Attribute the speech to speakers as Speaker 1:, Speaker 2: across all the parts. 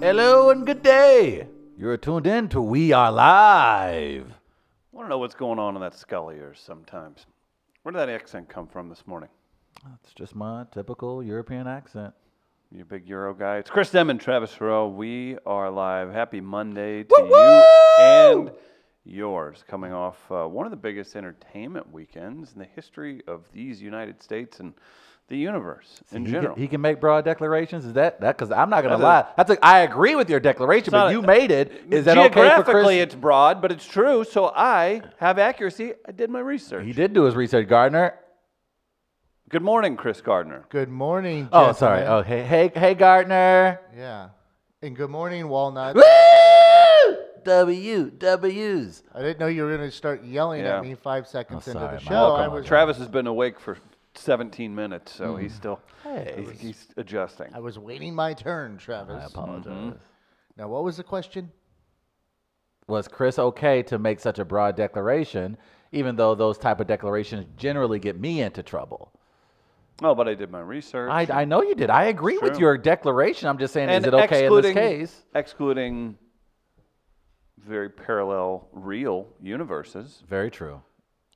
Speaker 1: Hello and good day. You're tuned in to We Are Live.
Speaker 2: I want to know what's going on in that skull of yours sometimes. Where did that accent come from this morning?
Speaker 1: It's just my typical European accent.
Speaker 2: You big Euro guy. It's Chris Demon, Travis Rowe. We are live. Happy Monday to
Speaker 1: Woo,
Speaker 2: you
Speaker 1: woo!
Speaker 2: and yours. Coming off uh, one of the biggest entertainment weekends in the history of these United States and the universe in
Speaker 1: he,
Speaker 2: general.
Speaker 1: Can, he can make broad declarations. Is that that? Because I'm not gonna lie.
Speaker 2: That's
Speaker 1: That's a, I agree with your declaration,
Speaker 2: not
Speaker 1: but
Speaker 2: a-
Speaker 1: you made it. Is that okay for
Speaker 2: Geographically,
Speaker 1: Chris?
Speaker 2: it's broad, but it's true. So I have accuracy. I did my research.
Speaker 1: he did do his research, Gardner.
Speaker 2: Good morning, Chris Gardner.
Speaker 3: Good morning.
Speaker 1: Oh, sorry.
Speaker 3: gentlemen.
Speaker 1: Oh, hey, hey, hey, Gardner.
Speaker 3: Yeah. And good morning, Walnut.
Speaker 1: Woo! W W's.
Speaker 3: I didn't know you were going to start yelling
Speaker 2: Yeah.
Speaker 3: at me five seconds
Speaker 1: Oh,
Speaker 3: into
Speaker 1: sorry,
Speaker 3: the
Speaker 1: my
Speaker 3: show.
Speaker 1: bad.
Speaker 3: I was,
Speaker 2: Travis has been awake for 17 minutes, so he's still
Speaker 1: Hmm. Hey.
Speaker 2: he's, he's adjusting.
Speaker 3: I was waiting my turn,
Speaker 1: I
Speaker 3: Travis.
Speaker 1: apologize.
Speaker 3: Now, what was the question?
Speaker 1: was Chris okay to make such a broad declaration, even though those type of declarations generally get me into trouble?
Speaker 2: Oh, but I did my research.
Speaker 1: I, I know you did. I agree with
Speaker 2: True.
Speaker 1: your declaration. I'm just saying, is it okay in this
Speaker 2: excluding-
Speaker 1: case?
Speaker 2: Excluding very parallel, real universes.
Speaker 1: Very true.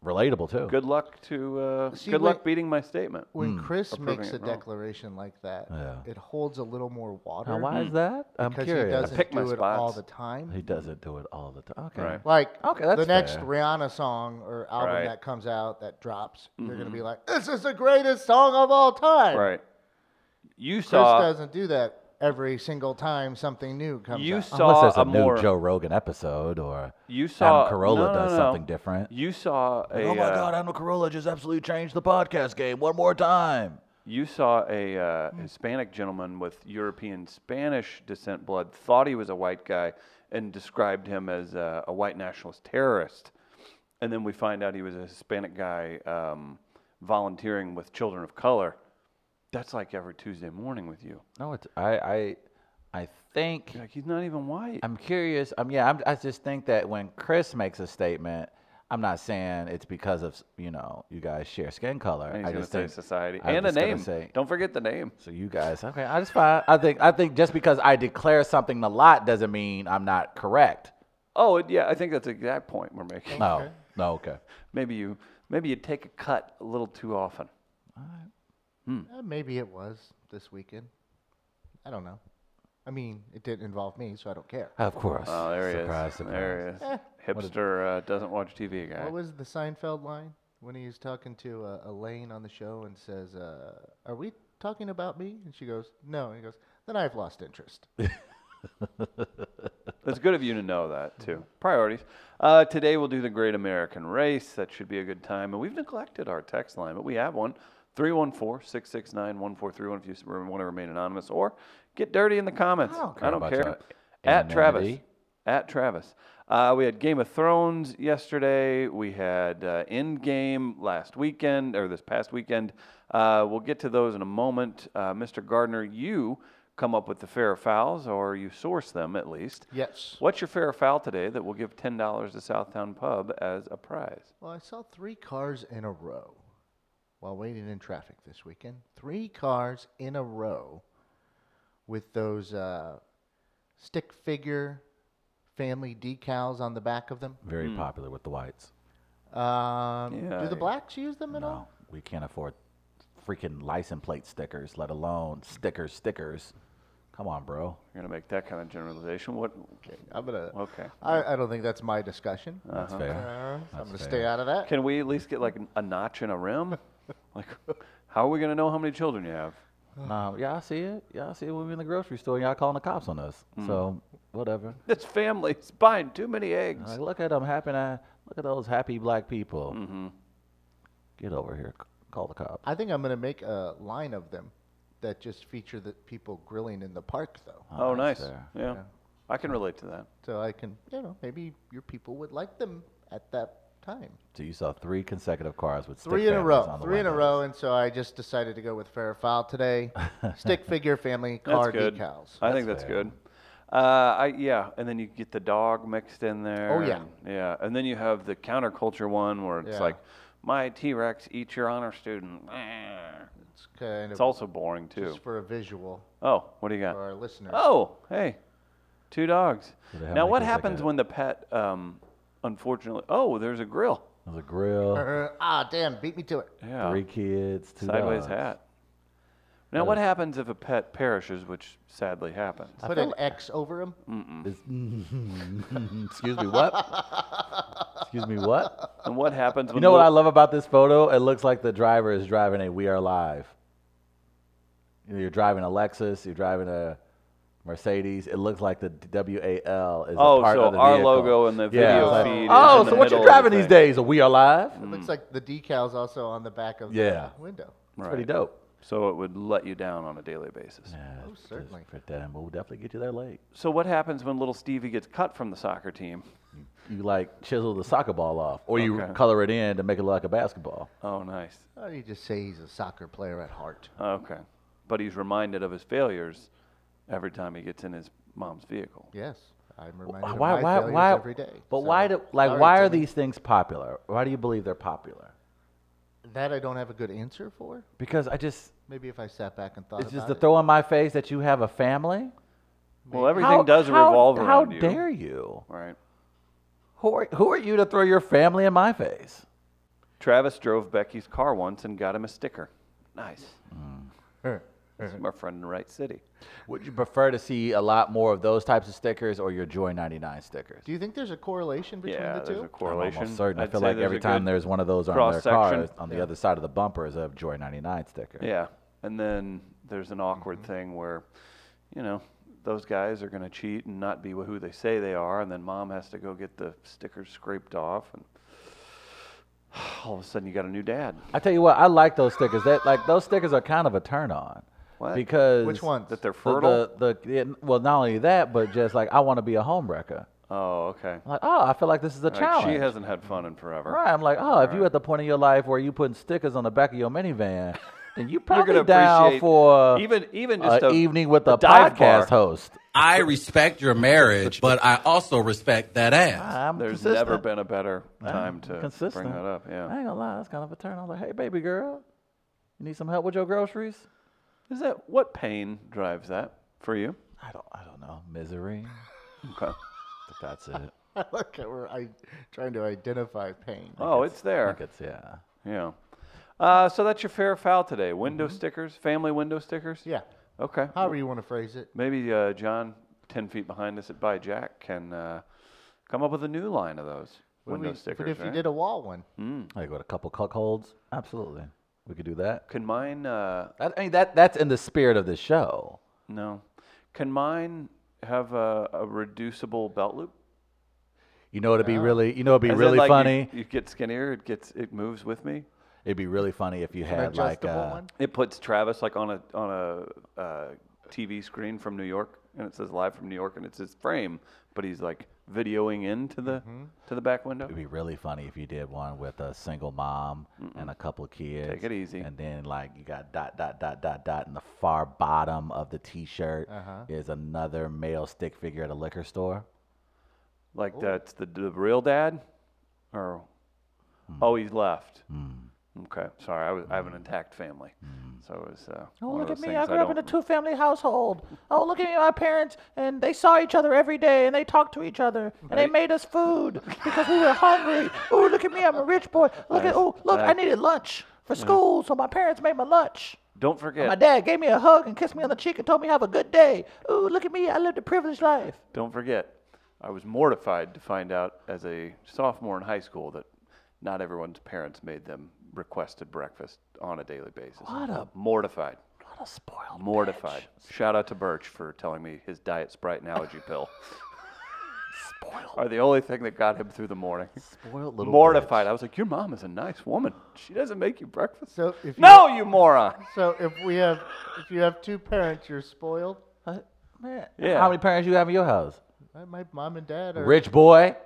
Speaker 1: Relatable too.
Speaker 2: Good luck to uh,
Speaker 3: See,
Speaker 2: good
Speaker 3: when-
Speaker 2: luck beating my statement.
Speaker 3: When Chris
Speaker 2: proving
Speaker 3: makes
Speaker 2: it
Speaker 3: a
Speaker 2: wrong.
Speaker 3: declaration like that,
Speaker 1: Hmm. Yeah.
Speaker 3: it holds a little more water.
Speaker 1: Now, why is that? I'm
Speaker 3: Because
Speaker 1: curious.
Speaker 3: he doesn't
Speaker 2: pick my
Speaker 3: do it all
Speaker 2: spots.
Speaker 3: the time.
Speaker 1: He doesn't do it all the time. Okay.
Speaker 2: Right.
Speaker 3: Like
Speaker 1: Okay, that's
Speaker 3: the next
Speaker 1: fair.
Speaker 3: Rihanna song or album
Speaker 2: Right. Mm-hmm.
Speaker 3: that comes out that drops, you're going to be like, this is the greatest song of all time.
Speaker 2: Right. You
Speaker 3: Chris
Speaker 2: saw
Speaker 3: doesn't do that every single time something new comes
Speaker 2: you
Speaker 3: out.
Speaker 1: Unless
Speaker 2: saw
Speaker 1: there's
Speaker 2: a
Speaker 1: a new
Speaker 2: more
Speaker 1: Joe Rogan episode or
Speaker 2: you saw
Speaker 1: Adam Carolla
Speaker 2: no, no,
Speaker 1: does
Speaker 2: no.
Speaker 1: something different.
Speaker 2: You saw a
Speaker 1: oh my
Speaker 2: uh,
Speaker 1: God, Adam Carolla just absolutely changed the podcast game one more time.
Speaker 2: You saw a uh,
Speaker 1: Hmm.
Speaker 2: Hispanic gentleman with European Spanish descent blood, thought he was a white guy, and described him as uh, a white nationalist terrorist. And then we find out he was a Hispanic guy um, volunteering with children of color. That's like every Tuesday morning with you.
Speaker 1: No, it's, I, I, I think.
Speaker 2: You're like, he's not even white.
Speaker 1: I'm curious. Um, yeah, I'm, I just think that when Chris makes a statement, I'm not saying it's because of you know you guys share skin color.
Speaker 2: and he's
Speaker 1: I
Speaker 2: going
Speaker 1: just
Speaker 2: to say
Speaker 1: think
Speaker 2: society
Speaker 1: I'm
Speaker 2: and a
Speaker 1: just gonna
Speaker 2: name.
Speaker 1: say-
Speaker 2: Don't forget the name.
Speaker 1: so you guys, okay, I just find I think I think just because I declare something a lot doesn't mean I'm not correct.
Speaker 2: Oh, it- yeah, I think that's the exact point we're making.
Speaker 1: No, no, okay.
Speaker 2: Maybe you maybe you take a cut a little too often.
Speaker 3: Uh, maybe it was this weekend. I don't know. I mean, it didn't involve me, so I don't care.
Speaker 1: Of course.
Speaker 2: Oh, there he
Speaker 1: surprise,
Speaker 2: is.
Speaker 1: Surprise.
Speaker 2: There he is. Hipster uh, doesn't watch TV, guy.
Speaker 3: What was the Seinfeld line when he's talking to uh, Elaine on the show and says, uh, "Are we talking about me?" And she goes, "No." And he goes, "Then I've lost interest."
Speaker 2: It's good of you to know that too.
Speaker 1: Mm-hmm.
Speaker 2: Priorities. Uh, today we'll do the Great American Race. That should be a good time. And we've neglected our text line, but we have one. 314-669-1431 if you s- want to remain anonymous or get dirty in the comments.
Speaker 1: I don't care about your
Speaker 2: At Travis.
Speaker 1: anonymity.
Speaker 2: At Travis. Uh, we had Game of Thrones yesterday. We had uh, Endgame last weekend or this past weekend. Uh, we'll get to those in a moment. Uh, Mr. Gardner, you come up with the fair fouls, or you source them at least.
Speaker 3: yes.
Speaker 2: What's your fair or foul today that will give ten dollars to Southtown Pub as a prize?
Speaker 3: Well, I saw three cars in a row while waiting in traffic this weekend. Three cars in a row with those uh, stick figure family decals on the back of them.
Speaker 1: Very
Speaker 2: Hmm.
Speaker 1: popular with the whites.
Speaker 3: Um,
Speaker 2: Yeah,
Speaker 3: do the
Speaker 2: I-
Speaker 3: blacks use them at
Speaker 1: No,
Speaker 3: all?
Speaker 1: we can't afford freaking license plate stickers, let alone stickers, stickers. Come on, bro.
Speaker 2: You're gonna make that kind of generalization. What?
Speaker 3: I'm gonna.
Speaker 2: Okay.
Speaker 3: I, I don't think that's my discussion.
Speaker 2: Uh-huh.
Speaker 1: That's fair.
Speaker 3: Uh, so I'm
Speaker 1: That's
Speaker 3: gonna
Speaker 1: fair.
Speaker 3: stay out of that.
Speaker 2: Can we at least get like a notch in a rim? Like, how are we gonna know how many children you have?
Speaker 1: No, y'all see it. Y'all see it when we in the grocery store. Y'all calling the cops on us.
Speaker 2: Hmm.
Speaker 1: So whatever.
Speaker 2: This family's buying too many
Speaker 1: Like,
Speaker 2: eggs.
Speaker 1: look at them happy. now. Look at those happy black people.
Speaker 2: Mm-hmm.
Speaker 1: Get over here. c- Call the cops.
Speaker 3: I think I'm gonna make a line of them that just feature the people grilling in the park, though.
Speaker 2: Oh, nice.
Speaker 1: that's
Speaker 2: Yeah.
Speaker 1: fair.
Speaker 2: I can relate to that.
Speaker 3: So I can, you know, maybe your people would like them at that time.
Speaker 1: So you saw three consecutive cars with stick
Speaker 3: Three in a
Speaker 1: families
Speaker 3: row.
Speaker 1: on the
Speaker 3: Three in a
Speaker 1: windows.
Speaker 3: row, and so I just decided to go with fair foul today. Stick figure family car
Speaker 2: that's good.
Speaker 3: decals.
Speaker 2: I think that's
Speaker 1: That's fair.
Speaker 2: good. Uh, I, yeah, and then you get the dog mixed in there.
Speaker 3: yeah.
Speaker 2: and- yeah, and then you have the counterculture one where it's
Speaker 3: Yeah.
Speaker 2: like, "My T-Rex eats your honor student." Ah.
Speaker 3: It's kind
Speaker 2: It's
Speaker 3: of
Speaker 2: also boring too.
Speaker 3: just for a visual
Speaker 2: Oh, what do you got?
Speaker 3: for our listeners.
Speaker 2: Oh, hey, Two dogs.
Speaker 1: So they have,
Speaker 2: Now,
Speaker 1: like,
Speaker 2: what
Speaker 1: just like
Speaker 2: happens
Speaker 1: a-
Speaker 2: when the pet, um, unfortunately, oh, there's a grill.
Speaker 1: There's a grill,
Speaker 3: ah, damn, beat me to it.
Speaker 2: Yeah.
Speaker 1: three kids, two
Speaker 2: Sideways
Speaker 1: dogs.
Speaker 2: hat. Now, what happens if a pet perishes, which sadly happens?
Speaker 3: Put an X over him.
Speaker 1: It's- Excuse me, what? Excuse me, what?
Speaker 2: And what happens when
Speaker 1: You know what I
Speaker 2: Lou-
Speaker 1: love about this photo? It looks like the driver is driving a We Are Live. You know, you're driving a Lexus, you're driving a Mercedes. It looks like the WAL is
Speaker 2: Oh,
Speaker 1: a part
Speaker 2: so
Speaker 1: of the
Speaker 2: our
Speaker 1: vehicle.
Speaker 2: logo and the
Speaker 1: yeah,
Speaker 2: video
Speaker 1: it's like,
Speaker 2: feed is
Speaker 1: Oh,
Speaker 2: in
Speaker 1: so
Speaker 2: the
Speaker 1: what you're
Speaker 2: middle of the
Speaker 1: driving these
Speaker 2: thing."
Speaker 1: days? A We Are Live.
Speaker 3: It looks like the decals also on the back of
Speaker 1: Mm. Yeah.
Speaker 3: the window.
Speaker 1: It's pretty dope.
Speaker 2: So it would let you down on a daily basis.
Speaker 1: Yeah, just
Speaker 3: Oh, certainly.
Speaker 1: Put that in. We'll definitely get you there late.
Speaker 2: So what happens when little Stevie gets cut from the soccer team?
Speaker 1: You like chisel the soccer ball off, or you
Speaker 2: Okay.
Speaker 1: color it in to make it look like a basketball.
Speaker 2: Oh, nice.
Speaker 3: Why do you just say he's a soccer player at heart?
Speaker 2: Okay. But he's reminded of his failures every time he gets in his mom's vehicle.
Speaker 3: Yes, I'm reminded
Speaker 1: Why?
Speaker 3: of
Speaker 1: Why?
Speaker 3: my
Speaker 1: Why?
Speaker 3: failures
Speaker 1: why-
Speaker 3: every day.
Speaker 1: But
Speaker 3: so
Speaker 1: why do like
Speaker 3: sorry,
Speaker 1: why are
Speaker 3: Timmy.
Speaker 1: these things popular? Why do you believe they're popular?
Speaker 3: That I don't have a good answer for.
Speaker 1: Because I just
Speaker 3: Maybe if I sat back and thought
Speaker 1: it's just
Speaker 3: about
Speaker 1: to
Speaker 3: it.
Speaker 1: throw in my face that you have a family.
Speaker 2: Well, everything
Speaker 1: How-
Speaker 2: does
Speaker 1: how-
Speaker 2: revolve
Speaker 1: how
Speaker 2: around you.
Speaker 1: dare you?
Speaker 2: Right.
Speaker 1: Who are, who are you to throw your family in my face?
Speaker 2: Travis drove Becky's car once and got him a sticker. Nice. This is my friend in the right city.
Speaker 1: Would you prefer to see a lot more of those types of stickers or your Joy 99 stickers?
Speaker 3: Do you think there's a correlation between
Speaker 2: yeah,
Speaker 3: the
Speaker 2: there's
Speaker 3: two?
Speaker 2: a correlation.
Speaker 1: I'm almost certain. I
Speaker 2: I'd
Speaker 1: feel
Speaker 2: say
Speaker 1: like
Speaker 2: there's
Speaker 1: every
Speaker 2: a
Speaker 1: time
Speaker 2: good
Speaker 1: there's one of those on their
Speaker 2: cross-section.
Speaker 1: cars, on the
Speaker 2: Yeah.
Speaker 1: other side of the bumper is a Joy 99 sticker.
Speaker 2: Yeah. And then there's an awkward
Speaker 1: Mm-hmm.
Speaker 2: thing where, you know, those guys are going to cheat and not be who they say they are. And then mom has to go get the stickers scraped off. And all of a sudden, you got a new dad.
Speaker 1: I tell you what, I like those stickers. That like those stickers are kind of a turn on.
Speaker 2: What?
Speaker 1: Because
Speaker 3: Which ones?
Speaker 2: That they're
Speaker 1: The-
Speaker 2: fertile.
Speaker 1: The, the, yeah, well, not only that, but just like I want to be a homewrecker.
Speaker 2: oh, okay.
Speaker 1: I'm like, oh, I feel like this is a
Speaker 2: Like,
Speaker 1: challenge.
Speaker 2: she hasn't had fun in forever.
Speaker 1: right. I'm like, oh, if you at the point in your life where you putting stickers on the back of your minivan, then you
Speaker 2: You're
Speaker 1: probably
Speaker 2: gonna
Speaker 1: down
Speaker 2: appreciate
Speaker 1: for
Speaker 2: even even just
Speaker 1: an
Speaker 2: a
Speaker 1: evening with a
Speaker 2: dive
Speaker 1: podcast
Speaker 2: bar.
Speaker 1: host.
Speaker 4: I respect your marriage, but I also respect that ass.
Speaker 1: I'm
Speaker 2: There's
Speaker 1: consistent.
Speaker 2: never been a better time to
Speaker 1: consistent.
Speaker 2: bring that up.
Speaker 1: I
Speaker 2: Yeah.
Speaker 1: ain't gonna lie, that's kind of a turn. on. like, hey, baby girl, you need some help with your groceries?
Speaker 2: Is that what pain drives that for you?
Speaker 1: I don't, I don't know, misery.
Speaker 2: Okay.
Speaker 1: But that's it.
Speaker 3: Look, we're I, trying to identify pain.
Speaker 2: Oh, it's
Speaker 1: I
Speaker 2: there.
Speaker 1: think it's yeah.
Speaker 2: Yeah. Uh, so that's your fair foul today. Window stickers, family window stickers.
Speaker 3: Mm-hmm. Yeah,
Speaker 2: Okay.
Speaker 3: however you want to phrase it.
Speaker 2: Maybe uh, John, ten feet behind us at By Jack, can uh, come up with a new line of those
Speaker 3: But
Speaker 2: window
Speaker 3: we-
Speaker 2: stickers.
Speaker 3: but if you
Speaker 2: right?
Speaker 3: did a wall one,
Speaker 1: Mm. Like what a couple cuckolds? Absolutely, we could do that.
Speaker 2: can mine? Uh,
Speaker 1: That, I mean, that that's in the spirit of the show.
Speaker 2: no. Can mine have a, a reducible belt loop?
Speaker 1: You know, it'd be really, you know, it'd be
Speaker 2: As in,
Speaker 1: really
Speaker 2: like, you-
Speaker 1: funny.
Speaker 2: You, get skinnier. It gets. It moves with me.
Speaker 1: It'd be really funny if you had like
Speaker 3: adjustable
Speaker 1: uh,
Speaker 3: one?
Speaker 2: It puts Travis like on a on a uh, TV screen from New York, and it says live from New York, and it's his frame, but he's like videoing into the
Speaker 1: Mm-hmm.
Speaker 2: to the back window.
Speaker 1: It'd be really funny if you did one with a single mom and a couple kids.
Speaker 2: Take it easy.
Speaker 1: And then like you got dot dot dot dot dot in the far bottom of the T-shirt is another male stick figure at a liquor store. Oh.
Speaker 2: Like that's the, the real dad, or oh, he's left. Okay, sorry, I, was, I have an intact family, so it was. Uh,
Speaker 1: Oh
Speaker 2: one of
Speaker 1: look at
Speaker 2: those
Speaker 1: me! I
Speaker 2: things
Speaker 1: grew up in a
Speaker 2: don't-
Speaker 1: two-family household. Oh look at me! My parents and they saw each other every day, and they talked to each other, and they made us food because we were hungry. Oh look at me! I'm a rich boy. Look at oh look! I
Speaker 2: Nice.
Speaker 1: needed lunch for school, so my parents made my lunch.
Speaker 2: Don't forget,
Speaker 1: Oh, My dad gave me a hug and kissed me on the cheek and told me have a good day. Ooh, look at me! I lived a privileged life.
Speaker 2: Don't forget, I was mortified to find out as a sophomore in high school that not everyone's parents made them requested breakfast on a daily basis.
Speaker 1: What a-
Speaker 2: mortified,
Speaker 1: What a spoiled.
Speaker 2: mortified. Shout out to Birch for telling me his diet Sprite and allergy pill
Speaker 1: Spoiled.
Speaker 2: are the only thing that got him through the morning.
Speaker 1: Spoiled
Speaker 2: mortified. I was like, "Your mom is a nice woman. She doesn't make you breakfast."
Speaker 3: so if you,
Speaker 2: no, you moron.
Speaker 3: so if we have if you have two parents, you're spoiled.
Speaker 1: Man,
Speaker 2: Yeah.
Speaker 1: How many parents you have in your house?
Speaker 3: My- My mom and dad are
Speaker 1: Rich boy.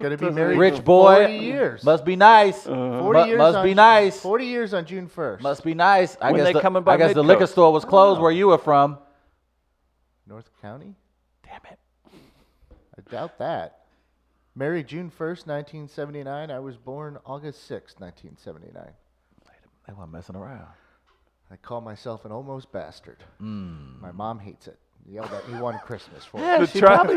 Speaker 3: going to be married
Speaker 1: Rich
Speaker 3: for
Speaker 1: boy.
Speaker 3: 40 years.
Speaker 1: Must be nice.
Speaker 3: 40
Speaker 1: Mu-
Speaker 3: years
Speaker 1: must
Speaker 3: on
Speaker 1: be
Speaker 3: Ju-
Speaker 1: nice.
Speaker 3: 40 years on June 1st.
Speaker 1: Must be nice. I
Speaker 2: When
Speaker 1: guess
Speaker 2: they
Speaker 1: the,
Speaker 2: coming by
Speaker 1: I guess the liquor
Speaker 2: Midcoast.
Speaker 1: store was closed where you were from.
Speaker 3: North County?
Speaker 1: Damn it.
Speaker 3: I doubt that. Married June 1st, 1979. I was born August 6th, 1979.
Speaker 1: They weren't messing around. Hmm.
Speaker 3: I call myself an almost bastard. My mom hates it. yelled at me one Christmas for it.
Speaker 5: Yeah, she probably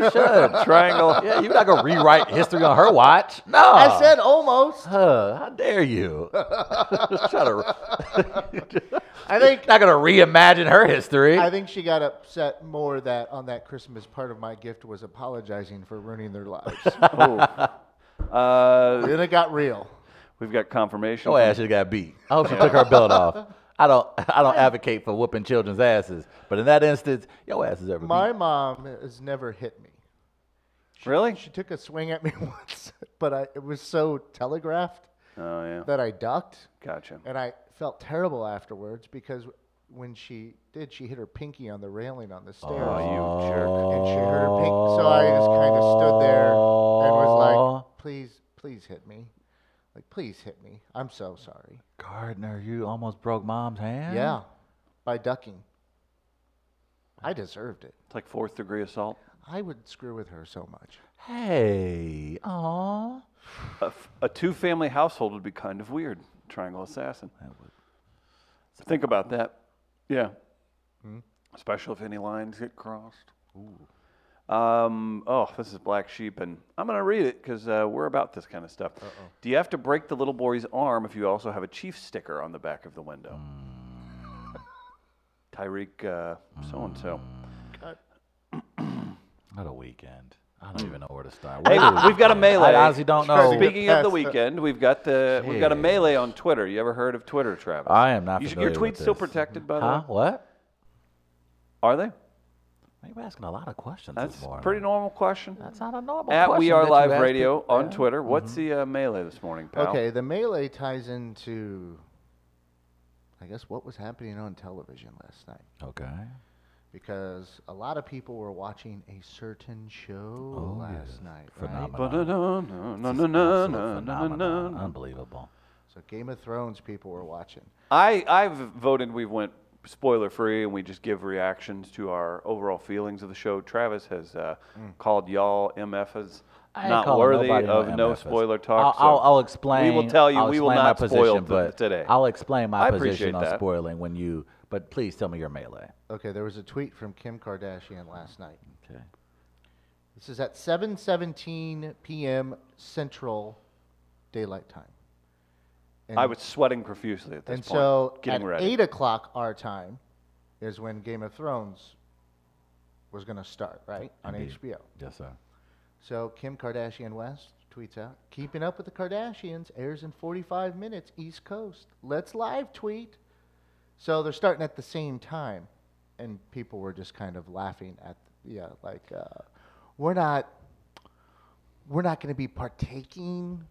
Speaker 5: should.
Speaker 1: Triangle. Yeah, you're not gonna rewrite history on her watch. No,
Speaker 3: I said almost.
Speaker 1: Huh, how dare you? Try to-
Speaker 3: I think
Speaker 1: not gonna reimagine her history.
Speaker 3: I think she got upset more that on that Christmas part of my gift was apologizing for ruining their lives. Oh.
Speaker 2: Uh,
Speaker 3: then it got real.
Speaker 2: we've got confirmation.
Speaker 1: No
Speaker 2: from-
Speaker 1: ass should got beat. I hope she took her belt off. I don't. I don't advocate for whooping children's asses, but in that instance, your ass is ever beat.
Speaker 3: My mom has never hit me.
Speaker 2: really?
Speaker 3: She took a swing at me once, but I, it was so telegraphed
Speaker 2: Oh yeah.
Speaker 3: that I ducked,
Speaker 2: Gotcha.
Speaker 3: and I felt terrible afterwards because when she did, she hit her pinky on the railing on the stairs.
Speaker 2: Oh, you jerk.
Speaker 3: and she hurt her pink. So I just kind of stood there and was
Speaker 1: Aw.
Speaker 3: like, please, please hit me. Like, please hit me. I'm so sorry.
Speaker 1: Gardner, you almost broke mom's hand.
Speaker 3: Yeah. By ducking. I deserved it.
Speaker 2: It's like fourth degree assault.
Speaker 3: I would screw with her so much.
Speaker 1: Hey. Aw.
Speaker 2: A, f- a two-family household would be kind of weird. Triangle assassin. Think about that. Yeah. Especially if any lines get crossed. Um, oh, this is Black Sheep, and I'm going to read it because uh, we're about this kind of stuff. Do you have to break the little boy's arm if you also have a chief sticker on the back of the window? Tyreek uh, so and so.
Speaker 1: What a weekend. I don't even know where to start.
Speaker 2: Hey,
Speaker 1: Where do we
Speaker 2: we've got a
Speaker 1: begin?
Speaker 2: melee.
Speaker 1: Hmm. I honestly don't
Speaker 3: Trying to
Speaker 1: know.
Speaker 3: get-
Speaker 2: Speaking of the
Speaker 3: past that.
Speaker 2: weekend, we've got the we've got a melee on Twitter. You ever heard of Twitter, Travis?
Speaker 1: I am not
Speaker 2: You should-
Speaker 1: familiar
Speaker 2: your tweets
Speaker 1: with
Speaker 2: still
Speaker 1: this.
Speaker 2: protected, by the
Speaker 1: Huh?
Speaker 2: way.
Speaker 1: What?
Speaker 2: Are they?
Speaker 1: Man, You're asking a lot of questions
Speaker 2: That's
Speaker 1: this morning.
Speaker 2: pretty normal question.
Speaker 1: That's not a normal
Speaker 2: At
Speaker 1: question
Speaker 2: We Are
Speaker 1: that you
Speaker 2: Live
Speaker 1: ask
Speaker 2: Radio
Speaker 1: people.
Speaker 2: on Twitter. What's
Speaker 1: Mm-hmm.
Speaker 2: the uh, melee this morning, pal?
Speaker 3: Okay, the melee ties into, I guess, what was happening on television last night.
Speaker 1: Okay.
Speaker 3: Because a lot of people were watching a certain show
Speaker 1: Oh,
Speaker 3: last
Speaker 1: yes.
Speaker 3: night. right?
Speaker 1: Phenomenal. Phenomenal.
Speaker 2: Ba-da-da-na-na-na-na-na-na-na.
Speaker 1: Unbelievable.
Speaker 3: So Game of Thrones people were watching.
Speaker 2: I I've voted we went spoiler free and we just give reactions to our overall feelings of the show. Travis has uh,
Speaker 3: Hmm.
Speaker 2: called y'all MFs
Speaker 1: I ain't
Speaker 2: not
Speaker 1: calling
Speaker 2: worthy
Speaker 1: nobody
Speaker 2: of no
Speaker 1: MFs.
Speaker 2: spoiler talk.
Speaker 1: I'll,
Speaker 2: so
Speaker 1: I'll, I'll explain.
Speaker 2: We will tell you.
Speaker 1: I'll
Speaker 2: we will
Speaker 1: explain my
Speaker 2: not spoil
Speaker 1: position,
Speaker 2: th-
Speaker 1: but
Speaker 2: today.
Speaker 1: I'll explain my
Speaker 2: I appreciate
Speaker 1: position on
Speaker 2: that.
Speaker 1: spoiling when you. But please tell me your melee.
Speaker 3: Okay, there was a tweet from Kim Kardashian last night.
Speaker 1: Okay.
Speaker 3: This is at 7:17 p.m. Central Daylight Time. And,
Speaker 2: I was sweating profusely at this
Speaker 3: and
Speaker 2: point.
Speaker 3: so
Speaker 2: getting
Speaker 3: at
Speaker 2: ready.
Speaker 3: eight o'clock our time is when Game of Thrones was going to start, right on
Speaker 1: Indeed.
Speaker 3: HBO.
Speaker 1: Yes, sir.
Speaker 3: So Kim Kardashian West tweets out, "Keeping up with the Kardashians airs in 45 minutes East Coast. Let's live tweet." So they're starting at the same time, and people were just kind of laughing at, yeah, like, uh, "We're not, we're not going to be partaking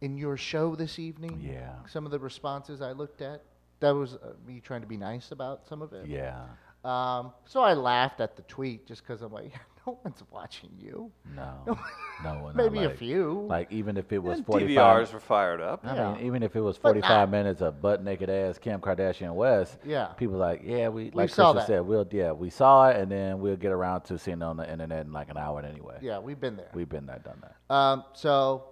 Speaker 3: in your show this evening."
Speaker 1: Yeah.
Speaker 3: Some of the responses I looked at, that was uh, me trying to be nice about some of it.
Speaker 1: Yeah.
Speaker 3: Um, so I laughed at the tweet just because I'm like, no one's watching you.
Speaker 1: No. no. no,
Speaker 3: Maybe a
Speaker 1: like-
Speaker 3: few.
Speaker 1: Like even if it was
Speaker 2: And
Speaker 1: 45.
Speaker 2: DVRs were fired up.
Speaker 1: I
Speaker 3: Yeah.
Speaker 1: mean, even if it was
Speaker 3: But not-
Speaker 1: 45 minutes of butt naked ass Kim Kardashian West,
Speaker 3: Yeah.
Speaker 1: people like, yeah, we, like
Speaker 3: saw
Speaker 1: Christian
Speaker 3: that.
Speaker 1: said, we'll, yeah, we saw it, and then we'll get around to seeing it on the internet in like an hour anyway.
Speaker 3: yeah, we've been there.
Speaker 1: We've been there, done that.
Speaker 3: Um, so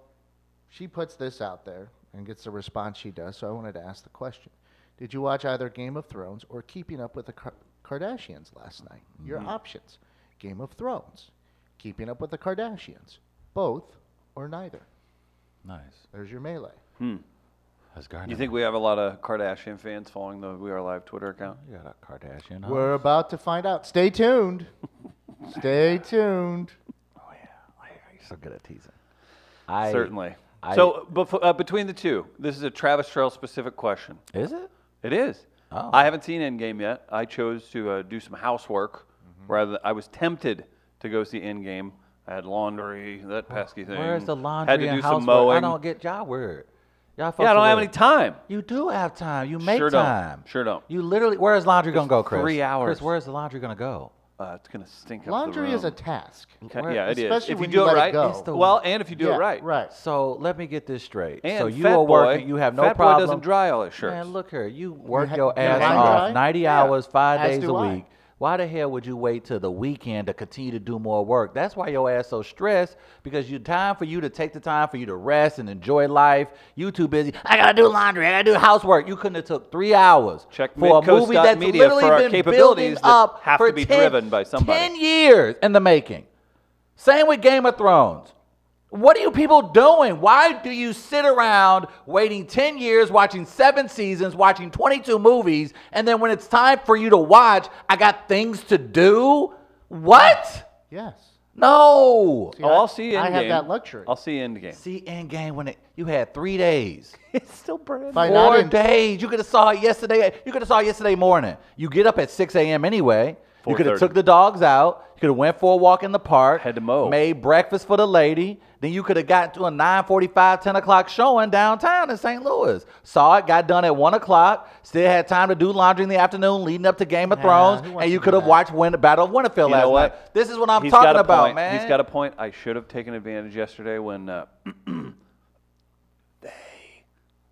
Speaker 3: she puts this out there and gets the response she does. So I wanted to ask the question Did you watch either Game of Thrones or Keeping Up with the Kar- Kardashians last night? Your
Speaker 2: Mm-hmm.
Speaker 3: options Game of Thrones, Keeping Up with the Kardashians, both or neither.
Speaker 1: Nice.
Speaker 3: There's your melee.
Speaker 1: That's Gardner.
Speaker 2: You think we have a lot of Kardashian fans following the We Are Live Twitter account?
Speaker 1: You got a Kardashian? Huh?
Speaker 3: We're about to find out. Stay tuned. Stay tuned.
Speaker 1: Oh yeah, oh, yeah, you're so good at teasing. I
Speaker 2: Certainly.
Speaker 1: I-
Speaker 2: so bef- uh, between the two, this is a Travis Trail specific question.
Speaker 1: Is it?
Speaker 2: It is.
Speaker 1: Oh.
Speaker 2: I haven't seen Endgame yet. I chose to uh, do some housework
Speaker 1: Mm-hmm.
Speaker 2: rather. Than, I was tempted to go see Endgame. I had laundry, that pesky thing.
Speaker 1: Where's the laundry
Speaker 2: Had to
Speaker 1: and
Speaker 2: do some
Speaker 1: housework?
Speaker 2: mowing.
Speaker 1: I don't get y'all word. Y'all folks
Speaker 2: yeah, I don't
Speaker 1: are
Speaker 2: have
Speaker 1: weird.
Speaker 2: any time.
Speaker 1: You do have time. You make
Speaker 2: Sure don't.
Speaker 1: time.
Speaker 2: Sure don't.
Speaker 1: You literally. Where's laundry gonna go, Chris?
Speaker 2: three hours.
Speaker 1: Chris, where's the laundry gonna go?
Speaker 2: Uh, it's gonna stink up the
Speaker 3: Laundry
Speaker 2: room.
Speaker 3: is a task.
Speaker 2: Ca-
Speaker 1: where-
Speaker 2: yeah, it is.
Speaker 3: especially
Speaker 2: If you
Speaker 3: when
Speaker 2: do
Speaker 3: you
Speaker 2: it
Speaker 3: let it
Speaker 2: right,
Speaker 3: go.
Speaker 1: It's the-
Speaker 2: well, and if you do
Speaker 3: Yeah,
Speaker 2: it right,
Speaker 3: Right.
Speaker 1: So let me get this straight.
Speaker 2: And
Speaker 1: so you
Speaker 2: Fat
Speaker 1: are
Speaker 2: Boy-
Speaker 1: working. You have no
Speaker 2: Fat
Speaker 1: problem.
Speaker 2: Boy doesn't dry all his shirts.
Speaker 1: Man, look here. You work
Speaker 3: ha-
Speaker 1: your
Speaker 3: you
Speaker 1: ass
Speaker 3: line
Speaker 1: off
Speaker 3: dry?
Speaker 1: ninety
Speaker 3: Yeah.
Speaker 1: hours, five
Speaker 3: As
Speaker 1: days
Speaker 3: do
Speaker 1: a
Speaker 3: I.
Speaker 1: week. Why the hell would you wait till the weekend to continue to do more work? That's why your ass so stressed because you time for you to take the time for you to rest and enjoy life. You too busy. I gotta do laundry. I gotta do housework. You couldn't have took three hours
Speaker 2: Check
Speaker 1: for a
Speaker 2: midcoast
Speaker 1: movie
Speaker 2: dot
Speaker 1: that's
Speaker 2: media
Speaker 1: literally
Speaker 2: for our
Speaker 1: been
Speaker 2: capabilities
Speaker 1: building
Speaker 2: that
Speaker 1: up
Speaker 2: have to
Speaker 1: for
Speaker 2: be
Speaker 1: 10
Speaker 2: driven by somebody.
Speaker 1: Ten years in the making. Same with Game of Thrones. What are you people doing? Why do you sit around waiting 10 years, watching seven seasons, watching 22 movies, and then when it's time for you to watch, I got things to do? What?
Speaker 3: Yes.
Speaker 1: No.
Speaker 2: Oh, I'll see Endgame.
Speaker 3: I have that luxury.
Speaker 2: I'll see Endgame.
Speaker 1: See Endgame when it, you had three days.
Speaker 5: It's still brand
Speaker 3: By
Speaker 5: new.
Speaker 3: not
Speaker 1: Four
Speaker 3: in-
Speaker 1: days. You could have saw it yesterday. You could have saw it yesterday morning. You get up at 6 a.m. anyway. You could have
Speaker 2: 4:30.
Speaker 1: took the dogs out. You could have went for a walk in the park.
Speaker 2: Had to mow.
Speaker 1: Made breakfast for the lady. Then you could have got to a 9:45, 10 o'clock showing downtown in St. Louis. Saw it. Got done at one o'clock. Still had time to do laundry in the afternoon, leading up to Game of
Speaker 3: Nah, who
Speaker 1: Thrones,
Speaker 3: wants
Speaker 1: and you
Speaker 3: to do
Speaker 1: could have
Speaker 3: that?
Speaker 1: watched Win- Battle of Winterfell
Speaker 2: You
Speaker 1: last
Speaker 2: know what?
Speaker 1: night. This is what I'm
Speaker 2: He's got
Speaker 1: talking
Speaker 2: a
Speaker 1: about,
Speaker 2: point.
Speaker 1: man.
Speaker 2: He's got a point. I should have taken advantage yesterday when uh, they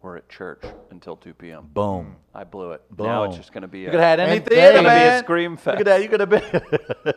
Speaker 2: were at church until 2 p.m.
Speaker 1: boom.
Speaker 2: I blew it. Now it's
Speaker 1: Boom.
Speaker 2: just going to be.
Speaker 1: You
Speaker 2: a-
Speaker 1: could have had
Speaker 3: And
Speaker 1: anything.
Speaker 3: they- It's gonna be a
Speaker 1: man.
Speaker 2: scream
Speaker 1: Look
Speaker 2: fest.
Speaker 1: at that. You could have been.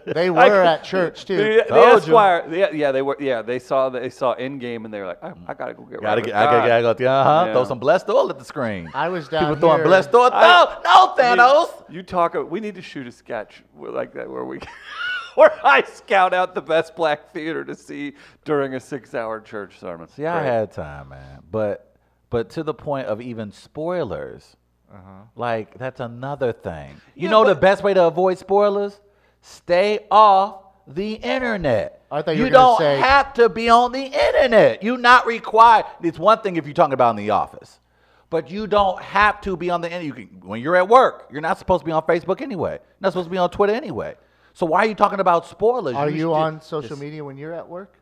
Speaker 3: They were
Speaker 2: I could-
Speaker 3: at church too.
Speaker 2: The, the
Speaker 1: Told you.
Speaker 2: Esquire, yeah, yeah, they were, yeah, they saw, they saw Endgame, and they were like, "Oh, I, I gotta go get.
Speaker 1: Gotta
Speaker 2: right
Speaker 1: get,
Speaker 2: with
Speaker 1: I gotta,
Speaker 2: God.
Speaker 1: gotta go. Uh huh.
Speaker 2: Yeah.
Speaker 1: Throw some blessed oil at the screen.
Speaker 3: I was down
Speaker 1: People throwing
Speaker 3: here-
Speaker 1: blessed oil.
Speaker 2: I-
Speaker 1: no, no,
Speaker 2: I mean,
Speaker 1: Thanos.
Speaker 2: You talk. We need to shoot a sketch where- like that where we, where I scout out the best black theater to see during a six-hour church sermon.
Speaker 1: See, I
Speaker 2: Great.
Speaker 1: had time, man, but but to the point of even spoilers,
Speaker 3: Uh-huh.
Speaker 1: like that's another thing. You know the best way to avoid spoilers? Stay off the internet.
Speaker 3: I thought you were gonna
Speaker 1: don't
Speaker 3: say-
Speaker 1: have to be on the internet. You're not required. It's one thing if you're talking about in the office, but you don't have to be on the internet. You can when you're at work. You're not supposed to be on Facebook anyway. You're not supposed to be on Twitter anyway. So why are you talking about spoilers?
Speaker 3: Are you
Speaker 1: should-
Speaker 3: on social
Speaker 1: just-
Speaker 3: media when you're at work?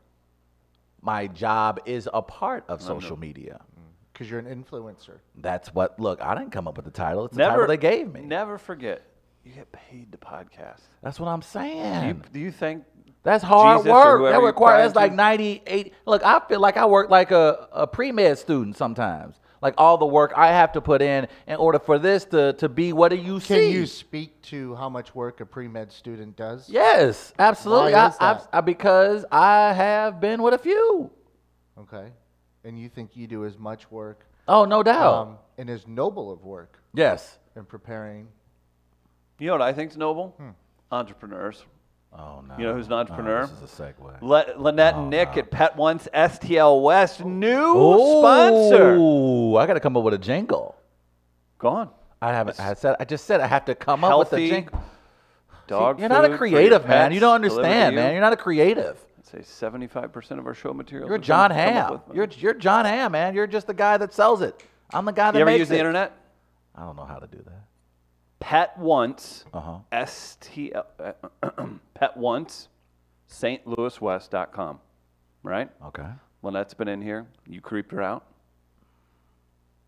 Speaker 1: my job is a part of social media.
Speaker 3: Because you're an influencer.
Speaker 1: That's what. Look, I didn't come up with the title. It's the title
Speaker 2: Never
Speaker 1: they gave me.
Speaker 2: Never forget. You get paid to podcast.
Speaker 1: That's what I'm
Speaker 2: Do you,
Speaker 1: saying.
Speaker 2: do you think
Speaker 1: that's hard
Speaker 2: Jesus or
Speaker 1: work.
Speaker 2: whoever
Speaker 1: That
Speaker 2: you
Speaker 1: requires that's
Speaker 2: pray
Speaker 1: like
Speaker 2: to-
Speaker 1: 98. Look, I feel like I work like a, a pre med student sometimes. Like all the work I have to put in in order for this to, to be what do you
Speaker 3: Can
Speaker 1: see?
Speaker 3: you speak to how much work a pre med student does?
Speaker 1: yes, absolutely.
Speaker 3: Why
Speaker 1: I,
Speaker 3: is
Speaker 1: I,
Speaker 3: that?
Speaker 1: I, because I have been with a few.
Speaker 3: Okay. And you think you do as much work
Speaker 1: Oh, no doubt.
Speaker 3: um, and as noble of work
Speaker 1: yes.
Speaker 3: in preparing.
Speaker 2: you know what I think's noble?
Speaker 1: Hmm.
Speaker 2: Entrepreneurs.
Speaker 1: Oh no.
Speaker 2: You know who's an
Speaker 1: No,
Speaker 2: entrepreneur?
Speaker 1: this is a segue.
Speaker 2: Le- Lynette
Speaker 1: Oh,
Speaker 2: and Nick at Pet Once STL West, new sponsor.
Speaker 1: Ooh, I got to come up with a jingle.
Speaker 2: Gone.
Speaker 1: I haven't. I said. I just said I have to come up with a
Speaker 2: Healthy
Speaker 1: jingle.
Speaker 2: dog.
Speaker 1: You're not
Speaker 2: food
Speaker 1: a
Speaker 2: for your
Speaker 1: creative, man.
Speaker 2: pets
Speaker 1: You don't
Speaker 2: delivered to
Speaker 1: understand,
Speaker 2: you.
Speaker 1: man. You're not a creative.
Speaker 2: I'd say 75% of our show material.
Speaker 1: You're John Ham. You're you're John Ham, man. You're just the guy that sells it. I'm the guy that
Speaker 2: you ever
Speaker 1: makes
Speaker 2: use the
Speaker 1: it.
Speaker 2: internet?
Speaker 1: I don't know how to do that.
Speaker 2: Pet Once,
Speaker 1: Uh-huh.
Speaker 2: STL, Pet Once, stlouiswest.com. Right?
Speaker 1: Okay.
Speaker 2: Lynette's been in here. You creeped her out.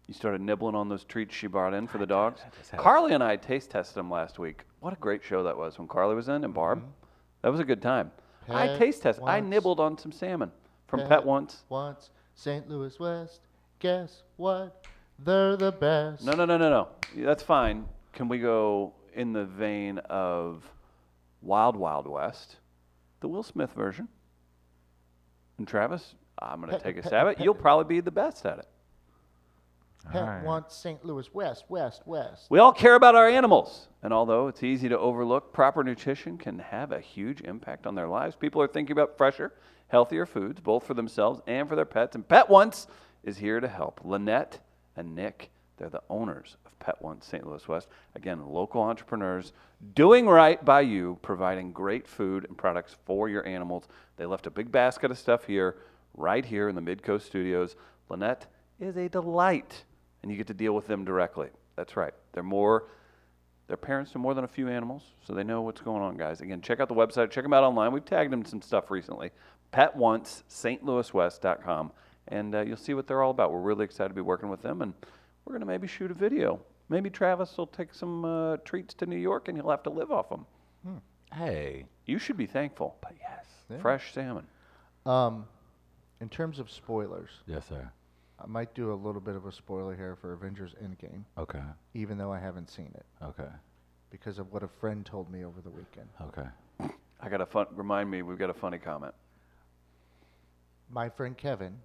Speaker 2: You started nibbling on those treats she brought in for the dogs. Carly and I taste tested them last week. What a great show that was when Carly was in and Barb. That was a good time. I
Speaker 3: Pet
Speaker 2: taste tested. I
Speaker 3: Once.
Speaker 2: nibbled on some salmon from Pet, Once.
Speaker 3: Once St. Louis West. Guess what? They're the best.
Speaker 2: No, no, no, no, no. That's fine. Can we go in the vein of Wild Wild West, the Will Smith version? And Travis, I'm going to take a stab at it. You'll probably be the best at it.
Speaker 3: Pet wants St. Louis West, West, West.
Speaker 2: We all care about our animals, and although it's easy to overlook, proper nutrition can have a huge impact on their lives. People are thinking about fresher, healthier foods, both for themselves and for their pets, and Pet Once is here to help. Lynette and Nick, they're the owners of Pet Once St. Louis West. Again, local entrepreneurs doing right by you, providing great food and products for your animals. They left a big basket of stuff here, right here in the Midcoast Studios. Lynette is a delight and you get to deal with them directly. That's right. They're more, they're parents to more than a few animals, so they know what's going on, guys. Again, check out the website, check them out online. We've tagged them some stuff recently. Pet Once, stlouiswest.com, and uh, you'll see what they're all about. We're really excited to be working with them, and we're going to maybe shoot a video. Maybe Travis will take some uh, treats to New York, and he'll have to live off them.
Speaker 1: Hey.
Speaker 2: You should be thankful. But yes, fresh salmon.
Speaker 3: Um, in terms of spoilers,
Speaker 1: Yes, sir.
Speaker 3: I might do a little bit of a spoiler here for Avengers Endgame,
Speaker 1: Okay.
Speaker 3: even though I haven't seen it.
Speaker 1: Okay.
Speaker 3: because of what a friend told me over the weekend.
Speaker 1: Okay.
Speaker 2: I got a fun. Remind me, we've got a funny comment.
Speaker 3: My friend Kevin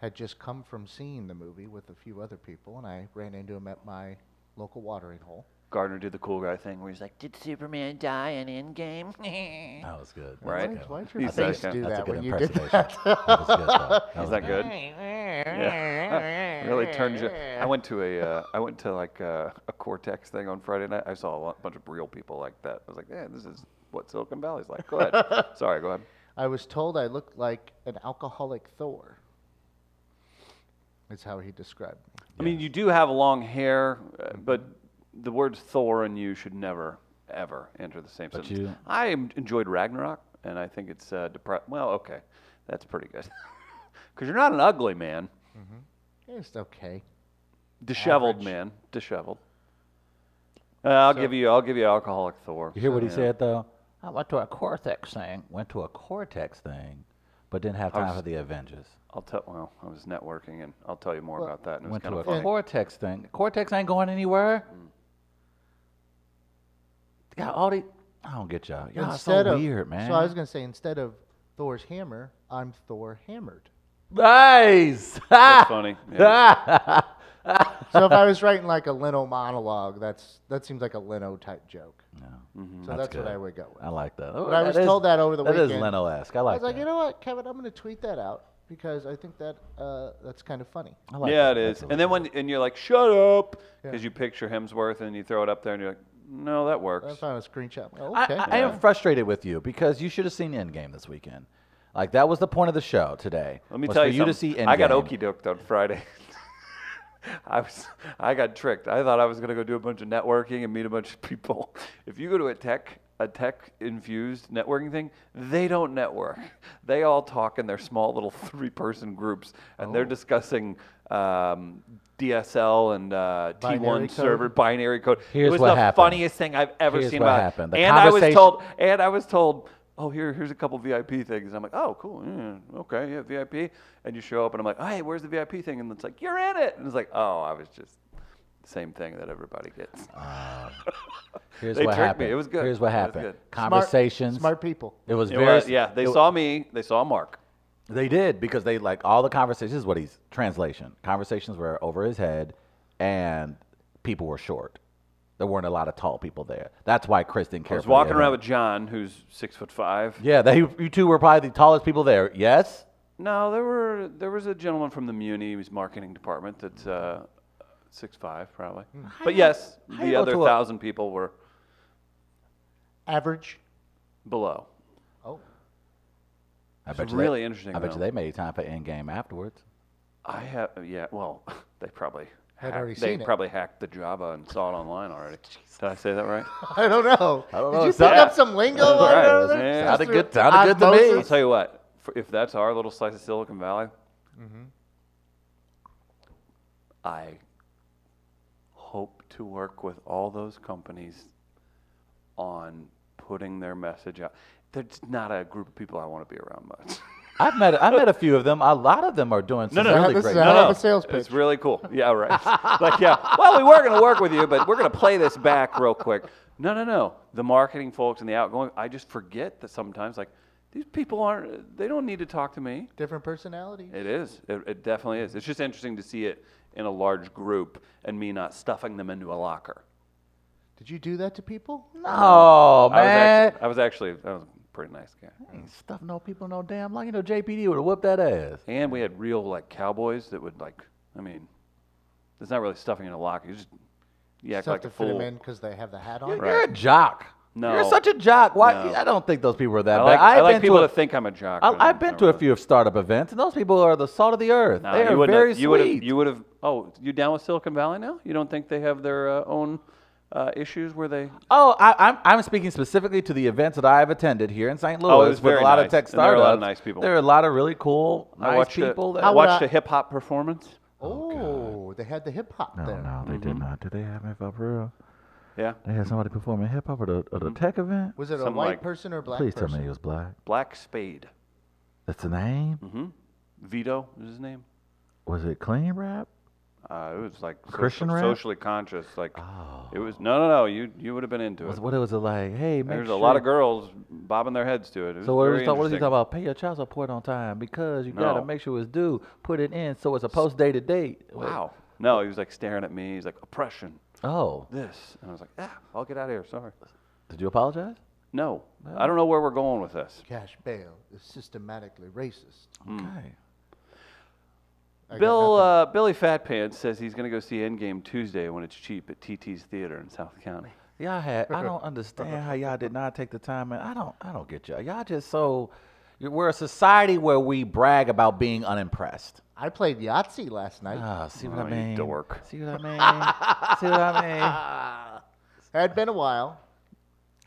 Speaker 3: had just come from seeing the movie with a few other people, and I ran into him at my local watering hole.
Speaker 2: Gardner did the cool guy thing where he's like,
Speaker 6: Did Superman die in Endgame?
Speaker 1: That was good.
Speaker 2: Right.
Speaker 3: Why,
Speaker 2: Yeah.
Speaker 3: why'd your
Speaker 2: He's
Speaker 3: face
Speaker 2: that
Speaker 3: do
Speaker 2: guy.
Speaker 1: That's a
Speaker 3: that when
Speaker 1: good
Speaker 3: you did
Speaker 1: impersonation.
Speaker 3: that?
Speaker 1: that was good. Though. That
Speaker 2: "Is
Speaker 1: was
Speaker 2: that good?" Yeah. really turns you. I went to a. Uh, I went to like uh, a Cortex thing on Friday night. I saw a lot, bunch of real people like that. I was like, yeah, this is what Silicon Valley's like. Go ahead. Sorry, go ahead.
Speaker 3: I was told I looked like an alcoholic Thor. Is how he described me.
Speaker 2: I mean, you do have long hair, uh, but the words Thor and you should never, ever enter the same sentence.
Speaker 1: you-
Speaker 2: I am- enjoyed Ragnarok, and I think it's uh, depressed. Well, okay, that's pretty good. Because you're not an ugly man,
Speaker 3: It's okay.
Speaker 2: disheveled
Speaker 3: Average.
Speaker 2: man, disheveled. Uh, I'll give you. I'll give you alcoholic Thor.
Speaker 1: You hear what he
Speaker 2: Yeah.
Speaker 1: said though? I went to a Cortex thing. Went to a Cortex thing, but didn't have time
Speaker 2: was-
Speaker 1: for the Avengers.
Speaker 2: I'll tell. Well, I was networking, and I'll tell you more about that. And it was
Speaker 1: Went
Speaker 2: Mm. kind
Speaker 1: to
Speaker 2: of
Speaker 1: a
Speaker 2: funny.
Speaker 1: Cortex thing. Cortex ain't going anywhere. Got all the. I don't get y'all. Y'all are so
Speaker 3: instead of
Speaker 1: weird, man.
Speaker 3: So I was gonna say instead of Thor's hammer, I'm Thor hammered.
Speaker 1: nice.
Speaker 2: That's funny. Yeah.
Speaker 1: Ah!
Speaker 3: So if I was writing like a Leno monologue, that's that seems like a Leno type joke. So that's,
Speaker 1: Mm-hmm. good.
Speaker 3: what I would go with.
Speaker 1: I like that.
Speaker 3: But I was told that over the
Speaker 1: That is
Speaker 3: weekend.
Speaker 1: Leno-esque. I
Speaker 3: I
Speaker 1: like
Speaker 3: was like,
Speaker 1: that.
Speaker 3: you know what, Kevin, I'm gonna tweet that out because I think that uh, that's kind of funny.
Speaker 1: I like
Speaker 2: yeah,
Speaker 1: that.
Speaker 2: it
Speaker 1: That's
Speaker 2: is.
Speaker 1: a
Speaker 2: And then when and you're like, shut up,
Speaker 3: Yeah.
Speaker 2: because you picture Hemsworth, and you throw it up there, and you're like, no, that
Speaker 3: I
Speaker 2: works.
Speaker 3: found a screenshot. Oh,
Speaker 1: I,
Speaker 3: okay.
Speaker 1: I, I am frustrated with you because you should have seen Endgame this weekend. Like that was the point of the show today.
Speaker 2: Let me
Speaker 1: was
Speaker 2: tell
Speaker 1: for
Speaker 2: you,
Speaker 1: to see
Speaker 2: something.
Speaker 1: Endgame.
Speaker 2: I got okey doked on Friday. I was, I got tricked. I thought I was gonna go do a bunch of networking and meet a bunch of people. If you go to a tech, a tech infused networking thing, they don't network. They all talk in their small little three person groups, and
Speaker 1: Oh.
Speaker 2: they're discussing um, DSL and uh, T1
Speaker 3: Binary code.
Speaker 2: server binary code. it
Speaker 1: Here's
Speaker 2: was
Speaker 1: what
Speaker 2: the
Speaker 1: happened.
Speaker 2: funniest thing I've ever
Speaker 1: Here's
Speaker 2: seen
Speaker 1: what
Speaker 2: about it.
Speaker 1: happened. The
Speaker 2: and I was
Speaker 1: conversation-
Speaker 2: told and I was told, oh, here, here's a couple VIP things. And I'm like, oh, cool. Yeah, okay, yeah, VIP. And you show up, and I'm like, hey, where's the VIP thing? And it's like, you're in it. And it's like, oh, I was just same thing that everybody gets.
Speaker 1: Here's
Speaker 2: They
Speaker 1: what
Speaker 2: tricked me.
Speaker 1: happened.
Speaker 2: It was good.
Speaker 1: Here's what
Speaker 2: It was
Speaker 1: happened.
Speaker 2: good.
Speaker 1: Conversations.
Speaker 3: Smart people.
Speaker 1: It was
Speaker 2: It
Speaker 1: very.
Speaker 2: was- yeah, they
Speaker 1: it-
Speaker 2: saw me. They saw Mark.
Speaker 1: They did because they like all the conversations. This is what he's translation. Conversations were over his head, and people were short. There weren't a lot of tall people there. That's why Chris didn't care.
Speaker 2: I was
Speaker 1: for the
Speaker 2: walking around
Speaker 1: event.
Speaker 2: with John, who's six foot five.
Speaker 1: Yeah, they, you two were probably the tallest people there. Yes.
Speaker 2: No, there were there was a gentleman from the Muni his marketing department that's uh, six five probably.
Speaker 1: Hmm.
Speaker 2: But yes,
Speaker 1: how you
Speaker 2: the
Speaker 1: go
Speaker 2: other
Speaker 1: to a-
Speaker 2: thousand people were
Speaker 3: Average.
Speaker 2: below.
Speaker 3: Oh.
Speaker 1: I
Speaker 2: It's
Speaker 1: bet you
Speaker 2: really
Speaker 1: they,
Speaker 2: interesting,
Speaker 1: I bet
Speaker 2: though.
Speaker 1: you they made time for Endgame afterwards.
Speaker 2: I have, uh, yeah. Well, they probably
Speaker 3: Had
Speaker 2: hacked-
Speaker 3: already
Speaker 2: they
Speaker 3: seen it.
Speaker 2: probably hacked the Java and saw it online already. Did I say that right?
Speaker 3: I don't know.
Speaker 1: don't
Speaker 3: Did
Speaker 1: know.
Speaker 3: you pick
Speaker 1: Sound-
Speaker 3: up some lingo?
Speaker 2: Sounds
Speaker 3: over
Speaker 2: right.
Speaker 3: there?
Speaker 2: Yeah.
Speaker 3: Just
Speaker 1: Sounded
Speaker 3: through
Speaker 1: good- sounded good to me.
Speaker 2: I'll
Speaker 3: osmosis?
Speaker 2: tell you what. For, if that's our little slice of Silicon Valley,
Speaker 3: Mm-hmm.
Speaker 2: I hope to work with all those companies on putting their message out. That's not a group of people I want to be around much.
Speaker 1: I've met I met a few of them. A lot of them are doing some
Speaker 2: no,
Speaker 1: really
Speaker 3: this
Speaker 1: great.
Speaker 3: is how- I have a sales
Speaker 2: It's
Speaker 3: pitch.
Speaker 2: really cool. Yeah, right. like, yeah. Well, we were going to work with you, but we're going to play this back real quick. No, no, no. The marketing folks and the outgoing, I just forget that sometimes, like, these people aren't, they don't need to talk to me.
Speaker 3: Different personalities.
Speaker 2: It is. It, it definitely is. It's just interesting to see it in a large group and me not stuffing them into a locker.
Speaker 3: Did you do that to people?
Speaker 1: No Oh, man,
Speaker 2: I was actually, I was actually I was a pretty nice guy.
Speaker 1: Ain't stuff no people no damn like you know JPD would have whooped that ass.
Speaker 2: And we had real, like, cowboys that would, like, I mean, it's not really stuffing in a locker. You just, you act
Speaker 3: Stuff
Speaker 2: like
Speaker 3: to
Speaker 2: a
Speaker 3: fit
Speaker 2: fool.
Speaker 3: them in because they have the hat on.
Speaker 1: You're a jock.
Speaker 2: No.
Speaker 1: You're such a jock. Why?
Speaker 2: No.
Speaker 1: I don't think those people are that bad.
Speaker 2: I like, I
Speaker 1: I've
Speaker 2: like
Speaker 1: been
Speaker 2: people
Speaker 1: to a,
Speaker 2: to think I'm a jock. but
Speaker 1: I, have
Speaker 2: I'm
Speaker 1: been
Speaker 2: not
Speaker 1: to a
Speaker 2: really.
Speaker 1: few of startup events, and those people are the salt of the earth.
Speaker 2: No,
Speaker 1: they
Speaker 2: you
Speaker 1: are
Speaker 2: wouldn't have-
Speaker 1: very
Speaker 2: you would have-
Speaker 1: sweet.
Speaker 2: You would have. Oh, you down with Silicon Valley now? You don't think they have their uh, own uh, issues where they?
Speaker 1: oh, I, I'm I'm speaking specifically to the events that I have attended here in St. Louis
Speaker 2: Oh, was
Speaker 1: with a
Speaker 2: very
Speaker 1: lot
Speaker 2: nice,
Speaker 1: of tech
Speaker 2: and there are a
Speaker 1: startups.
Speaker 2: lot of nice people.
Speaker 1: There are a lot of really cool,
Speaker 2: I
Speaker 1: nice
Speaker 2: watched
Speaker 1: people.
Speaker 2: a,
Speaker 1: that-
Speaker 2: I
Speaker 3: would
Speaker 2: watched
Speaker 3: I-
Speaker 2: a hip hop performance.
Speaker 3: Oh, they had the hip hop there.
Speaker 1: they did
Speaker 2: Mm-hmm.
Speaker 1: not. Did they have it for real?
Speaker 2: Yeah,
Speaker 1: They had somebody performing hip hop at a, at
Speaker 2: Mm-hmm.
Speaker 1: a tech event.
Speaker 3: Was it a
Speaker 2: Something
Speaker 3: white
Speaker 2: like-
Speaker 3: person or a black
Speaker 1: Please
Speaker 3: person?
Speaker 1: tell me he was black.
Speaker 2: Black Spade. Mm-hmm.
Speaker 1: That's the name.
Speaker 2: Vito is his name.
Speaker 1: Was it clean rap?
Speaker 2: Uh, it was like soci-
Speaker 1: Christian rap?
Speaker 2: socially conscious. Like it was no, no, no. You you would have been into it.
Speaker 1: Was, what it was like? Hey, make
Speaker 2: There's
Speaker 1: sure.
Speaker 2: a lot of girls bobbing their heads to it. it
Speaker 1: So what was,
Speaker 2: very
Speaker 1: talk, what was he
Speaker 2: interesting.
Speaker 1: talking about? Pay your child support on time because you gotta
Speaker 2: No.
Speaker 1: make sure it's due. Put it in so it's a post dated date. Wait.
Speaker 2: Wow. No, he was like staring at me. He's like oppression.
Speaker 1: Oh,
Speaker 2: This, and I was like, ah, I'll get out of here. Sorry.
Speaker 1: did you apologize?
Speaker 2: No, I don't know where we're going with this.
Speaker 3: Cash bail is systematically racist.
Speaker 1: Okay.
Speaker 3: I got
Speaker 2: Hmm. Bill
Speaker 3: nothing.
Speaker 2: uh, Billy Fat Pants says he's going to go see Endgame Tuesday when it's cheap at TT's Theater in South County.
Speaker 1: Y'all had. I don't understand how y'all did not take the time. And I don't. I don't get y'all. Y'all just so. you- We're a society where we brag about being unimpressed.
Speaker 3: I played Yahtzee last night.
Speaker 1: Ah, see what
Speaker 2: Oh,
Speaker 1: I
Speaker 2: you
Speaker 1: mean?
Speaker 2: dork.
Speaker 1: See what I mean? see what I
Speaker 3: Had been a while.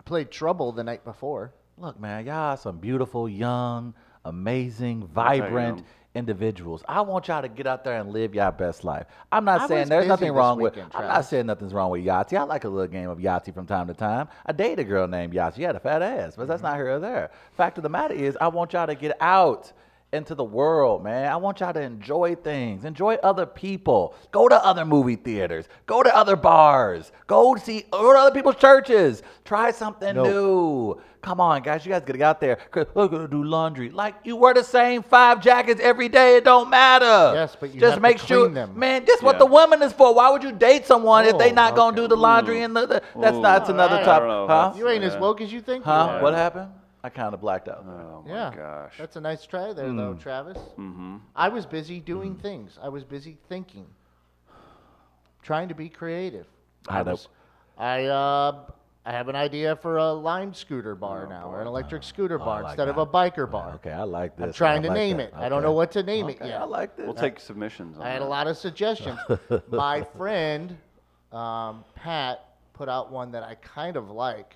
Speaker 3: Played Trouble the night before.
Speaker 1: mean? Look, man, y'all are some beautiful, young, amazing,
Speaker 2: you,
Speaker 1: vibrant
Speaker 2: um,
Speaker 1: individuals. I want y'all to get out there and live y'all best life. I'm not
Speaker 3: I
Speaker 1: saying
Speaker 3: was
Speaker 1: there's
Speaker 3: busy
Speaker 1: nothing
Speaker 3: this
Speaker 1: wrong with.
Speaker 3: weekend,
Speaker 1: I'm not
Speaker 3: Travis.
Speaker 1: saying nothing's wrong with Yahtzee. I like a little game of Yahtzee from time to time. I dated a girl named Yahtzee. She had a fat ass, but that's
Speaker 3: Mm-hmm.
Speaker 1: not here or there. Fact of the matter is, I want y'all to get out into the world, man. I want y'all to enjoy things, enjoy other people. Go to other movie theaters. Go to other bars. Go see go to other people's churches. Try something new. Come on, guys. You guys gotta get out there. we we're gonna do laundry. Like you wear the same five jackets every day. It don't matter.
Speaker 3: Yes, but you
Speaker 1: just
Speaker 3: have to
Speaker 1: make sure,
Speaker 3: clean them.
Speaker 1: man. Just what
Speaker 2: Yeah.
Speaker 1: the woman is for. Why would you date someone if they
Speaker 3: Oh,
Speaker 1: not gonna
Speaker 3: okay.
Speaker 1: do the laundry and the, the that's not that's another
Speaker 3: Alright.
Speaker 1: topic,
Speaker 2: I don't know.
Speaker 1: huh?
Speaker 3: You ain't as
Speaker 2: Yeah.
Speaker 3: woke as you think.
Speaker 1: Huh?
Speaker 3: You are.
Speaker 1: What happened? I kind of blacked out.
Speaker 2: Oh
Speaker 3: yeah.
Speaker 2: my gosh.
Speaker 3: That's a nice try there,
Speaker 1: Hmm.
Speaker 3: though, Travis. Mm-hmm. I was busy doing things. I was busy thinking, trying to be creative.
Speaker 1: I know.
Speaker 3: was- I uh, I have an idea for a lime scooter
Speaker 2: Oh,
Speaker 3: bar now, or an electric scooter
Speaker 1: Oh, I
Speaker 3: bar
Speaker 1: like
Speaker 3: instead of
Speaker 1: that.
Speaker 3: a biker bar.
Speaker 1: okay, I like this.
Speaker 3: I'm trying
Speaker 1: I
Speaker 3: to
Speaker 1: like
Speaker 3: name
Speaker 1: that.
Speaker 3: it. I don't know
Speaker 1: Okay.
Speaker 3: what to name it
Speaker 1: Okay,
Speaker 3: yet.
Speaker 1: I like this.
Speaker 2: We'll take submissions. On
Speaker 3: I had a
Speaker 2: that.
Speaker 3: lot of suggestions. My friend um, Pat put out one that I kind of like,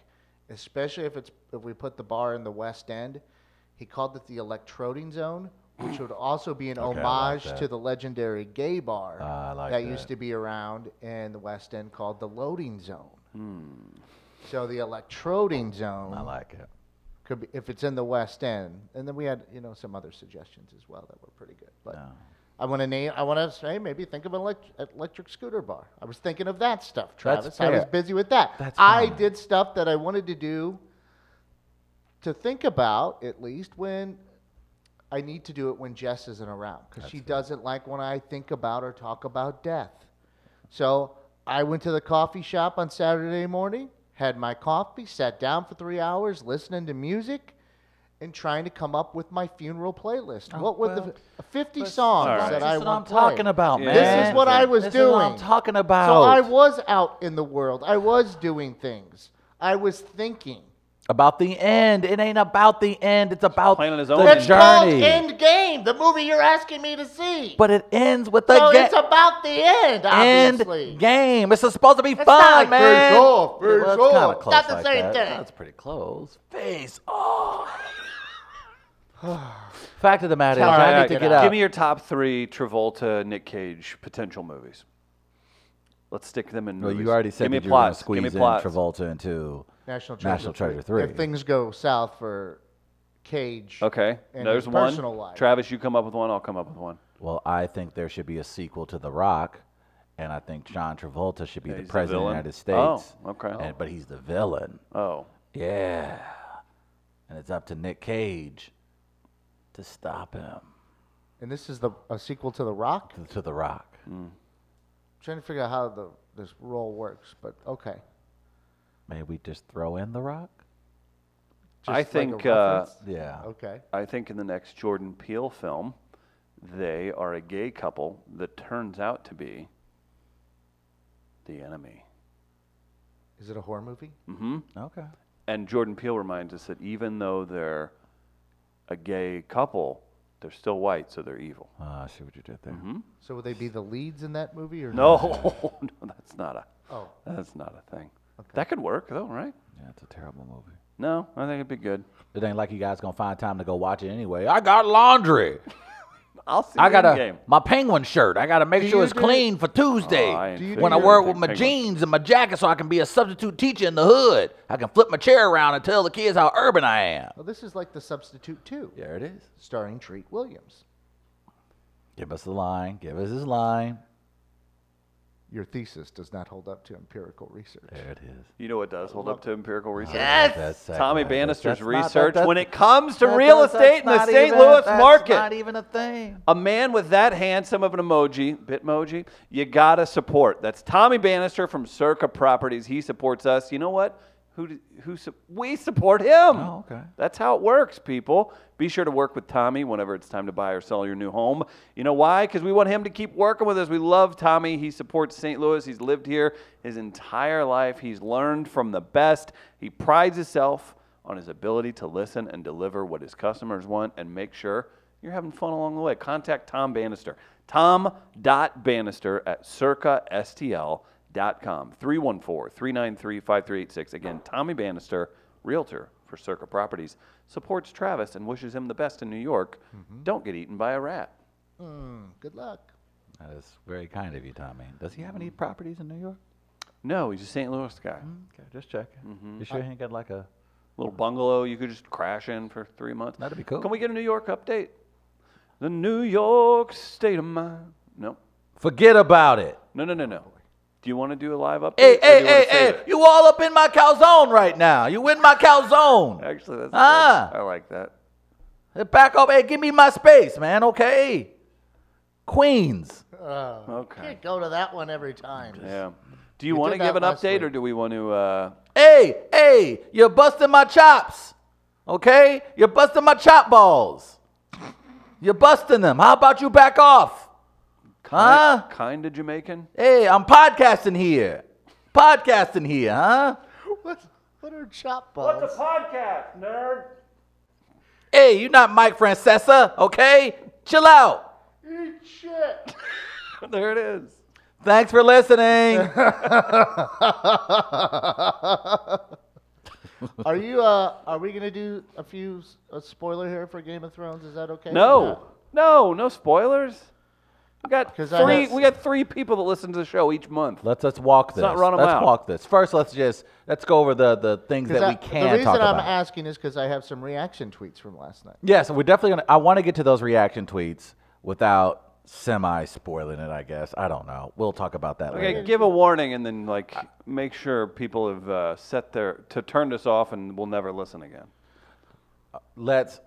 Speaker 3: especially if it's if we put the bar in the West End. He called it the Electroding Zone, which would also be an
Speaker 1: Okay, I like
Speaker 3: homage to
Speaker 1: that.
Speaker 3: the legendary gay bar
Speaker 1: Ah, I like
Speaker 3: that,
Speaker 1: that.
Speaker 3: used to be around in the West End called the Loading Zone. So the Electroding Zone
Speaker 1: Hmm. I like it.
Speaker 3: could be if it's in the West End. And then we had you know some other suggestions as well that were pretty good. But I want to name. I want to say maybe think of an elect- electric scooter bar. I was thinking of that stuff, Travis. I was
Speaker 1: fair.
Speaker 3: busy with that.
Speaker 1: That's
Speaker 3: I
Speaker 1: fine.
Speaker 3: did stuff that I wanted to do to think about at least when. I need to do it when Jess isn't around because she doesn't like when I think about or talk about death. So I went to the coffee shop on Saturday morning, had my coffee, sat down for three hours listening to music and trying to come up with my funeral playlist. what were the
Speaker 1: Oh, well,
Speaker 3: f- 50 songs
Speaker 2: All right.
Speaker 3: that
Speaker 1: This
Speaker 3: I
Speaker 1: is what I'm
Speaker 3: want
Speaker 1: talking about,
Speaker 2: Yeah.
Speaker 1: man.
Speaker 3: This is what I was
Speaker 1: This is
Speaker 3: doing.
Speaker 1: what I'm talking about.
Speaker 3: So I was out in the world. I was doing things. I was thinking.
Speaker 1: about the end. It ain't about the end. It's about
Speaker 2: planning his
Speaker 1: the
Speaker 2: own
Speaker 1: journey.
Speaker 2: end.
Speaker 3: It's called End Game, the movie you're asking me to see.
Speaker 1: but it ends with the
Speaker 3: so
Speaker 1: ga-
Speaker 3: Oh, it's about the end,
Speaker 1: end
Speaker 3: obviously.
Speaker 1: game. It's supposed to be
Speaker 3: That's
Speaker 1: fun,
Speaker 3: not like
Speaker 1: man.
Speaker 3: face off,
Speaker 1: Yeah, well,
Speaker 3: face
Speaker 1: it's
Speaker 3: off.
Speaker 1: kinda close
Speaker 3: Not the
Speaker 1: like
Speaker 3: same
Speaker 1: that.
Speaker 3: thing.
Speaker 1: That's pretty close. Face off. Fact of the matter is,
Speaker 3: All
Speaker 1: I
Speaker 3: right,
Speaker 1: need to
Speaker 3: get
Speaker 1: get
Speaker 3: out.
Speaker 1: out.
Speaker 2: Give me your top three Travolta, Nick Cage potential movies. Let's stick them in.
Speaker 1: well,
Speaker 2: movies.
Speaker 1: you already said
Speaker 2: Give me
Speaker 1: that you were going
Speaker 2: plots.
Speaker 1: to squeeze
Speaker 2: Give me
Speaker 1: in
Speaker 2: plots.
Speaker 1: Travolta into
Speaker 3: National Treasure,
Speaker 1: National Treasure 3.
Speaker 3: If things go south for Cage.
Speaker 2: Okay,
Speaker 3: And
Speaker 2: there's
Speaker 3: his
Speaker 2: one.
Speaker 3: personal life.
Speaker 2: Travis, you come up with one. I'll come up with one.
Speaker 1: Well, I think there should be a sequel to The Rock, and I think John Travolta should be the
Speaker 2: he's the
Speaker 1: president
Speaker 2: villain?
Speaker 1: of the United
Speaker 2: Oh,
Speaker 1: States.
Speaker 2: okay.
Speaker 1: And, but he's the villain.
Speaker 2: Oh,
Speaker 1: Yeah. And it's up to Nick Cage to stop him.
Speaker 3: And this is the a sequel to The Rock.
Speaker 1: To, to The Rock.
Speaker 2: Mm.
Speaker 3: trying to figure out how the this role works, but okay.
Speaker 1: May we just throw in The Rock?
Speaker 2: I
Speaker 3: like a
Speaker 2: think uh,
Speaker 3: reference?
Speaker 1: Yeah.
Speaker 3: Okay.
Speaker 2: I think in the next Jordan Peele film, they are a gay couple that turns out to be the enemy.
Speaker 3: Is it a horror movie?
Speaker 1: Okay.
Speaker 2: And Jordan Peele reminds us that even though they're a gay couple, they're still white, so they're evil.
Speaker 1: Uh, I see what you did there.
Speaker 2: Mm-hmm.
Speaker 3: So would they be the leads in that movie or
Speaker 2: No, no, that's not a
Speaker 3: Oh,
Speaker 2: that's not a thing. That could work though, right?
Speaker 1: Yeah, it's a terrible movie.
Speaker 2: No, I think it'd be good.
Speaker 1: It ain't like you guys gonna find time to go watch it anyway. I got laundry.
Speaker 2: I'll see.
Speaker 1: I
Speaker 2: the
Speaker 1: gotta
Speaker 2: game. Oh,
Speaker 1: my penguin shirt. I gotta make
Speaker 3: Do
Speaker 1: sure
Speaker 3: you
Speaker 1: it's
Speaker 3: do-
Speaker 1: clean for Tuesday.
Speaker 2: I ain't Do you
Speaker 1: when I
Speaker 2: do-
Speaker 1: wear it with my
Speaker 2: Penguin.
Speaker 1: jeans and my jacket, so I can be a substitute teacher in the hood. I can flip my chair around and tell the kids how urban I am.
Speaker 3: well, this is like The Substitute 2,
Speaker 1: There it is.
Speaker 3: starring Treat Williams.
Speaker 1: Give us the line. Give us his line.
Speaker 3: your thesis does not hold up to empirical research.
Speaker 1: There it is.
Speaker 2: You know what does hold up to empirical research?
Speaker 1: That's that
Speaker 2: Tommy
Speaker 1: guy. That's
Speaker 2: Bannister's
Speaker 1: not- that-
Speaker 2: research
Speaker 1: that's-
Speaker 2: when it comes to
Speaker 1: that-
Speaker 2: real
Speaker 1: that's
Speaker 2: estate in the
Speaker 1: not
Speaker 2: St.
Speaker 1: even-
Speaker 2: Louis
Speaker 1: that's
Speaker 2: market.
Speaker 1: Not even a thing.
Speaker 2: A man with that handsome of an emoji, Bitmoji, you gotta support. That's Tommy Bannister from Circa Properties. He supports us. You know what? Who do- who su- we support him?
Speaker 1: Oh, okay.
Speaker 2: That's how it works, people. Be sure to work with Tommy whenever it's time to buy or sell your new home. You know why? Because we want him to keep working with us. We love Tommy. He supports St. Louis. He's lived here his entire life. He's learned from the best. He prides himself on his ability to listen and deliver what his customers want and make sure you're having fun along the way. Contact Tom Bannister. Tom.bannister at circastl.com. 314 393 5386. Again, Tommy Bannister, realtor for Circa Properties, supports Travis and wishes him the best in New York.
Speaker 1: Mm-hmm.
Speaker 2: Don't get eaten by a rat.
Speaker 3: Hmm, Good luck.
Speaker 1: That is very kind of you, Tommy. Does he have any properties in New York?
Speaker 2: No, he's a St. Louis guy.
Speaker 1: Okay, just checking. You sure he ain't got like a?
Speaker 2: Little bungalow you could just crash in for three months.
Speaker 1: That'd be cool.
Speaker 2: Can we get a New York update? The New York state of mind. No.
Speaker 1: Forget about it.
Speaker 2: No, no, no, no. Do you want to do a live update?
Speaker 1: Hey,
Speaker 2: or do
Speaker 1: hey,
Speaker 2: you wanna
Speaker 1: hey,
Speaker 2: save
Speaker 1: hey!
Speaker 2: it?
Speaker 1: You all up in my calzone right now. You in my calzone?
Speaker 2: Actually, that's
Speaker 1: Ah.
Speaker 2: good. I like that.
Speaker 1: Hey, Back up. Hey, give me my space, man. Okay. Queens.
Speaker 2: Okay.
Speaker 3: Can't go to that one every time.
Speaker 2: Yeah. Do you
Speaker 3: We
Speaker 2: want to
Speaker 3: did
Speaker 2: give
Speaker 3: that
Speaker 2: an
Speaker 3: last
Speaker 2: update,
Speaker 3: week.
Speaker 2: or do we want to? Uh,
Speaker 1: Hey, hey, you're busting my chops. Okay? You're busting my chop balls. You're busting them. How about you back off? Huh? Eh.
Speaker 2: Kind of Jamaican.
Speaker 1: Hey, I'm podcasting here. Podcasting here, huh?
Speaker 3: What? What are chop balls?
Speaker 2: podcast, nerd?
Speaker 1: Hey, you're not Mike Francesa, okay? Chill out.
Speaker 3: Eat shit.
Speaker 2: there it is.
Speaker 1: Thanks for listening.
Speaker 3: Are you? Uh, are we gonna do a few s- a spoiler here for Game of Thrones? Is that okay?
Speaker 2: No, no, no spoilers. We got
Speaker 3: 'Cause I
Speaker 2: three.
Speaker 3: have-
Speaker 2: We got three people that listen to the show each month.
Speaker 1: Let's let's walk this.
Speaker 2: not run 'em
Speaker 1: let's
Speaker 2: out.
Speaker 1: walk this. First, let's just let's go over the the things that
Speaker 3: Because I-
Speaker 1: we can
Speaker 3: The reason
Speaker 1: talk
Speaker 3: I'm
Speaker 1: about.
Speaker 3: asking is because I have some reaction tweets from last night.
Speaker 1: Yes, we're definitely gonna. I want to get to those reaction tweets without semi spoiling it. I guess I don't know. We'll talk about that
Speaker 2: Okay,
Speaker 1: later.
Speaker 2: give a warning and then like make sure people have uh, set their to turn this off and we'll never listen again.
Speaker 1: Let's.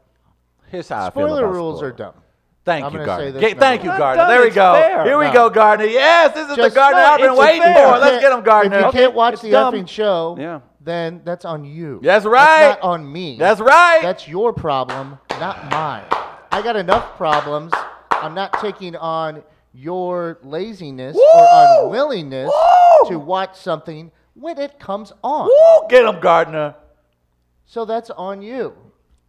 Speaker 1: Here's how I feel
Speaker 3: Spoiler
Speaker 1: about
Speaker 3: rules
Speaker 1: spoiler.
Speaker 3: are dumb.
Speaker 1: Thank
Speaker 3: I'm
Speaker 1: you,
Speaker 3: gonna
Speaker 1: Gardner.
Speaker 3: say this
Speaker 1: Ga-
Speaker 3: now.
Speaker 1: thank you,
Speaker 2: Not
Speaker 1: Gardner.
Speaker 2: dumb,
Speaker 1: There we
Speaker 2: it's
Speaker 1: go.
Speaker 2: fair.
Speaker 1: Here we
Speaker 3: No.
Speaker 1: go, Gardner. Yes, this is the
Speaker 3: Just-
Speaker 1: Gardner
Speaker 3: no,
Speaker 1: I've been
Speaker 2: it's a
Speaker 1: waiting
Speaker 2: fair.
Speaker 1: for. Let's
Speaker 3: If-
Speaker 1: get him, Gardner.
Speaker 3: If you can't watch
Speaker 2: it's
Speaker 3: the
Speaker 2: dumb.
Speaker 3: effing show,
Speaker 2: Yeah.
Speaker 3: then that's on you.
Speaker 1: That's right.
Speaker 3: That's not on me.
Speaker 1: That's right.
Speaker 3: That's your problem, not mine. I got enough problems. I'm not taking on your laziness
Speaker 1: Woo!
Speaker 3: or unwillingness
Speaker 1: Woo!
Speaker 3: to watch something when it comes on.
Speaker 1: Woo, get him, Gardner.
Speaker 3: So that's on you.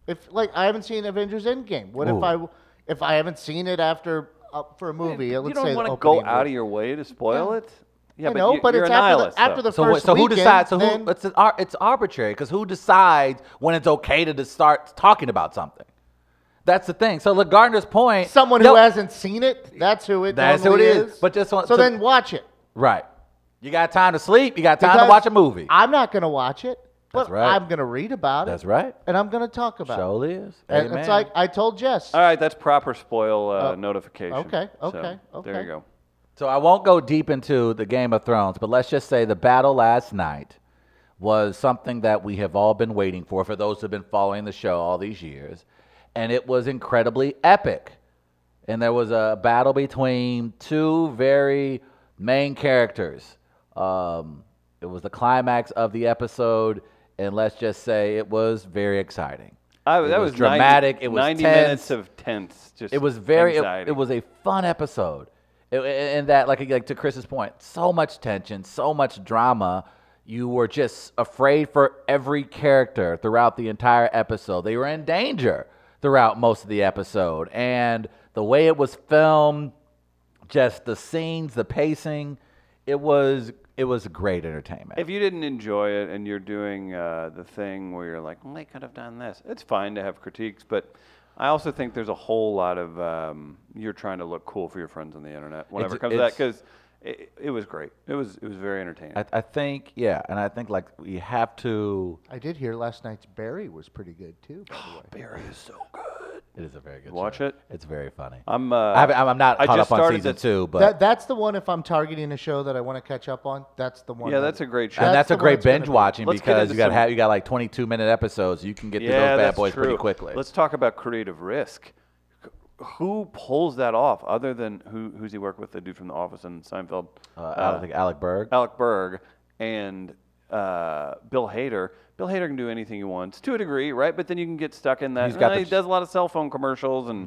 Speaker 3: If like I haven't seen Avengers Endgame, what
Speaker 1: Ooh.
Speaker 3: if I if I haven't seen it after uh, for a movie? let's
Speaker 2: you don't
Speaker 3: say the
Speaker 2: want to
Speaker 3: opening
Speaker 2: go out
Speaker 3: movie.
Speaker 2: of your way to spoil it. Yeah,
Speaker 3: I know,
Speaker 2: you,
Speaker 3: but
Speaker 2: you're
Speaker 3: it's
Speaker 2: a
Speaker 3: after
Speaker 2: nihilist,
Speaker 3: the, after
Speaker 2: though.
Speaker 3: the
Speaker 1: So, what-
Speaker 3: first
Speaker 1: so who
Speaker 3: weekend,
Speaker 1: decides? So who?
Speaker 3: then-
Speaker 1: It's an, ar- it's arbitrary because who decides when it's okay to just start talking about something? That's the thing. So, look, Gardner's point.
Speaker 3: Someone who
Speaker 1: No-
Speaker 3: hasn't seen it, that's who it
Speaker 1: That's who
Speaker 3: normally
Speaker 1: it is. But just want
Speaker 3: so
Speaker 1: to-
Speaker 3: then watch it.
Speaker 1: Right. You got time to sleep. You got time to
Speaker 3: Because
Speaker 1: watch a movie.
Speaker 3: I'm not going to watch it, but
Speaker 1: That's right.
Speaker 3: I'm going to read about it.
Speaker 1: That's right.
Speaker 3: And I'm going to talk about
Speaker 1: Show
Speaker 3: it.
Speaker 1: lives.
Speaker 3: And
Speaker 1: Amen.
Speaker 3: it's like I told Jess.
Speaker 2: All right, that's proper spoil uh,
Speaker 3: Oh,
Speaker 2: notification.
Speaker 3: okay,
Speaker 2: So,
Speaker 3: okay,
Speaker 2: There you
Speaker 3: okay.
Speaker 2: go.
Speaker 1: so I won't go deep into the Game of Thrones, but let's just say the battle last night was something that we have all been waiting for for those who've been following the show all these years, and it was incredibly epic. And there was a battle between two very main characters. Um, it was the climax of the episode, and let's just say it was very exciting.
Speaker 2: I,
Speaker 1: It
Speaker 2: that
Speaker 1: was
Speaker 2: was 90
Speaker 1: dramatic, it was
Speaker 2: 90
Speaker 1: tense.
Speaker 2: minutes of tense. Just
Speaker 1: it was very it,
Speaker 2: anxiety.
Speaker 1: it was a fun episode It- it- and that like like to chris's point so much tension so much drama you were just afraid for every character throughout the entire episode they were in danger throughout most of the episode and the way it was filmed just the scenes the pacing it was it was great entertainment
Speaker 2: If you didn't enjoy it and you're doing uh, the thing where you're like, well, they could have done this, it's fine to have critiques, but I also think there's a whole lot of um, you're trying to look cool for your friends on the internet
Speaker 1: It's-
Speaker 2: whenever it comes to that
Speaker 1: it's-
Speaker 2: because it, it was great. It was it was very entertaining.
Speaker 1: I, I think yeah and i think like we have to
Speaker 3: I did hear last night's Barry was pretty good too. By the way,
Speaker 2: Barry is so good.
Speaker 1: It is a very good.
Speaker 2: Watch
Speaker 1: show.
Speaker 2: it.
Speaker 1: It's very funny.
Speaker 2: I'm. Uh,
Speaker 1: I haven't- I'm, I'm not
Speaker 2: I
Speaker 1: caught
Speaker 2: just
Speaker 1: up on
Speaker 2: started
Speaker 1: season
Speaker 2: the-
Speaker 1: two, but
Speaker 3: that, that's the one. If I'm targeting a show that I want to catch up on, that's the one.
Speaker 2: Yeah,
Speaker 3: that-
Speaker 2: that's a great show.
Speaker 1: and that's,
Speaker 3: that's
Speaker 1: a
Speaker 3: the one
Speaker 1: great
Speaker 3: that's gonna
Speaker 1: binge
Speaker 3: be-
Speaker 1: watching
Speaker 2: Let's get
Speaker 1: because
Speaker 2: into
Speaker 1: you got
Speaker 2: some-
Speaker 1: ha- you got like 22 minute episodes. You can get through
Speaker 2: yeah,
Speaker 1: those bad
Speaker 2: that's
Speaker 1: boys
Speaker 2: true.
Speaker 1: pretty quickly.
Speaker 2: Let's talk about creative risk. Who pulls that off? Other than who? Who's he work with? The dude from The Office and Seinfeld.
Speaker 1: uh, I think Alec Berg.
Speaker 2: Alec Berg and uh, Bill Hader. Bill Hader can do anything he wants to a degree, right? But then you can get stuck in that.
Speaker 1: He's got
Speaker 2: Nah,
Speaker 1: the
Speaker 2: he
Speaker 1: ch-
Speaker 2: does a lot of cell phone commercials, and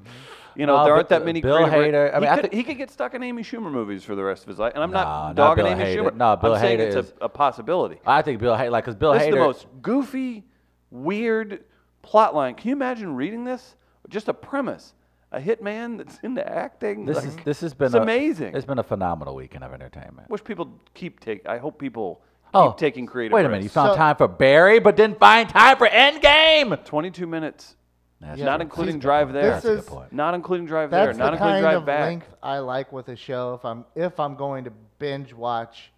Speaker 2: you know
Speaker 1: No,
Speaker 2: there
Speaker 1: but
Speaker 2: aren't that
Speaker 1: the-
Speaker 2: many.
Speaker 1: Bill
Speaker 2: creative-
Speaker 1: Hader- I mean,
Speaker 2: he,
Speaker 1: I
Speaker 2: could,
Speaker 1: think-
Speaker 2: he could get stuck in Amy Schumer movies for the rest of his life, and I'm
Speaker 1: Nah, not
Speaker 2: not dogging
Speaker 1: Bill
Speaker 2: Amy
Speaker 1: Hader.
Speaker 2: Schumer.
Speaker 1: No, Bill
Speaker 2: I'm saying
Speaker 1: Hader
Speaker 2: it's
Speaker 1: is-
Speaker 2: a, a possibility.
Speaker 1: I think Bill Hader, like, cause Bill
Speaker 2: This
Speaker 1: Hader.
Speaker 2: is the most goofy, weird plot line. Can you imagine reading this? Just a premise. A hitman that's into acting.
Speaker 1: this
Speaker 2: like,
Speaker 1: is this has been
Speaker 2: it's
Speaker 1: a-
Speaker 2: amazing.
Speaker 1: It's been a phenomenal weekend of entertainment.
Speaker 2: wish people keep take. I hope people keep taking creative.
Speaker 1: Oh, Wait a minute, you
Speaker 2: risks.
Speaker 1: found
Speaker 3: So-
Speaker 1: time for Barry, but didn't find time for Endgame.
Speaker 2: 22 minutes,
Speaker 1: That's
Speaker 2: not
Speaker 1: true.
Speaker 2: including
Speaker 3: Season-
Speaker 2: drive there,
Speaker 3: This
Speaker 1: That's a
Speaker 3: is-
Speaker 1: good point.
Speaker 2: not including drive there,
Speaker 3: That's
Speaker 2: not
Speaker 3: the
Speaker 2: including
Speaker 3: kind
Speaker 2: drive
Speaker 3: of
Speaker 2: back.
Speaker 3: length I like with a show. If I'm if I'm going to binge watch,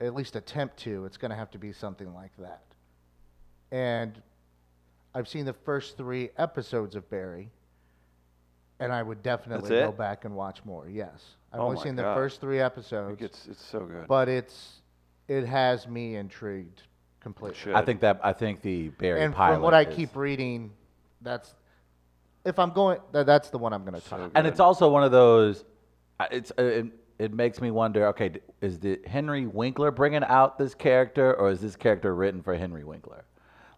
Speaker 3: at least attempt to, it's going to have to be something like that. And I've seen the first three episodes of Barry, and I would definitely
Speaker 2: That's
Speaker 3: go
Speaker 2: it?
Speaker 3: back and watch more. Yes, I've
Speaker 2: Oh
Speaker 3: only
Speaker 2: my
Speaker 3: seen
Speaker 2: God.
Speaker 3: the first three episodes,
Speaker 2: It's it's so good.
Speaker 3: but it's it has me intrigued completely.
Speaker 2: Should.
Speaker 1: I think that I think the Barry
Speaker 3: And
Speaker 1: pilot.
Speaker 3: from what I
Speaker 1: is-
Speaker 3: keep reading, that's if I'm going, tha- that's the one I'm going to talk.
Speaker 1: and it's also one of those. I- It's uh, it, it makes me wonder. Okay, d- is the Henry Winkler bringing out this character, or is this character written for Henry Winkler?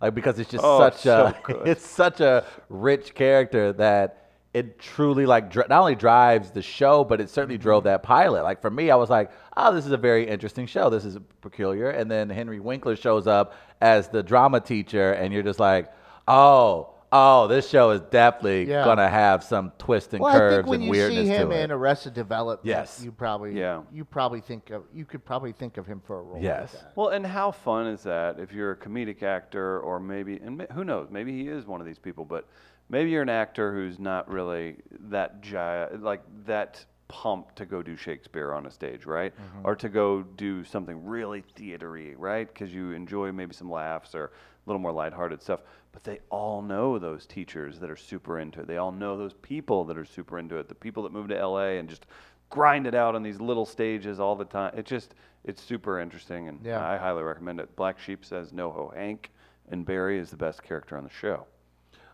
Speaker 1: Like because it's just
Speaker 2: Oh,
Speaker 1: such
Speaker 2: so
Speaker 1: a
Speaker 2: good.
Speaker 1: it's such a rich character that it truly like dri- not only drives the show, but it certainly drove
Speaker 2: Mm-hmm.
Speaker 1: that pilot. Like for me, I was like, oh, this is a very interesting show. This is peculiar. And then Henry Winkler shows up as the drama teacher, and you're just like, oh. Oh, this show is definitely
Speaker 3: Yeah.
Speaker 1: gonna have some twist and
Speaker 3: well, I
Speaker 1: curves
Speaker 3: think when
Speaker 1: and
Speaker 3: you
Speaker 1: weirdness
Speaker 3: see him
Speaker 1: to it.
Speaker 3: in Arrested Development,
Speaker 1: Yes.
Speaker 3: you probably
Speaker 2: Yeah.
Speaker 3: you probably think of you could probably think of him for a role. like
Speaker 1: Yes.
Speaker 3: that.
Speaker 2: well, and how fun is that if you're a comedic actor or maybe and ma- who knows, maybe he is one of these people, but maybe you're an actor who's not really that gi- like that pumped to go do Shakespeare on a stage, right? Or to go do something really theatery, right? Cuz you enjoy maybe some laughs or a little more lighthearted stuff. But they all know those teachers that are super into it. They all know those people that are super into it. The people that move to LA and just grind it out on these little stages all the time. It just it's super interesting, and
Speaker 3: Yeah.
Speaker 2: I highly recommend it. Black Sheep says no ho Hank, and Barry is the best character on the show.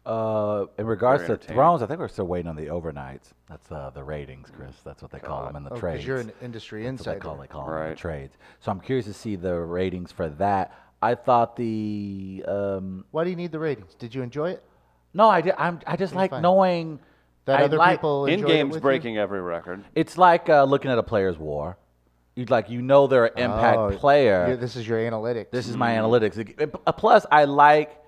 Speaker 1: Uh, in regards
Speaker 2: Very
Speaker 1: to
Speaker 2: entertaining.
Speaker 1: Thrones, I think we're still waiting on the overnights. That's uh, the ratings, Chris. That's what they call them in the
Speaker 3: Oh, 'cause
Speaker 1: trades.
Speaker 3: you're an industry
Speaker 1: That's what
Speaker 3: insider.
Speaker 1: they call, they call 'em in the
Speaker 2: Right.
Speaker 1: trades. So I'm curious to see the ratings for that. I thought the um,
Speaker 3: Why do you need the ratings? Did you enjoy it?
Speaker 1: no, I di- I'm, I just like
Speaker 3: fine.
Speaker 1: knowing
Speaker 3: That
Speaker 1: I
Speaker 3: other
Speaker 1: like-
Speaker 3: people
Speaker 2: In
Speaker 3: enjoyed it
Speaker 2: games
Speaker 3: with you?
Speaker 2: breaking every record.
Speaker 1: It's like uh, looking at a player's war. You would like you know they're an impact
Speaker 3: Oh,
Speaker 1: player.
Speaker 3: you- This is your analytics.
Speaker 1: This is my analytics. It- uh, Plus, I like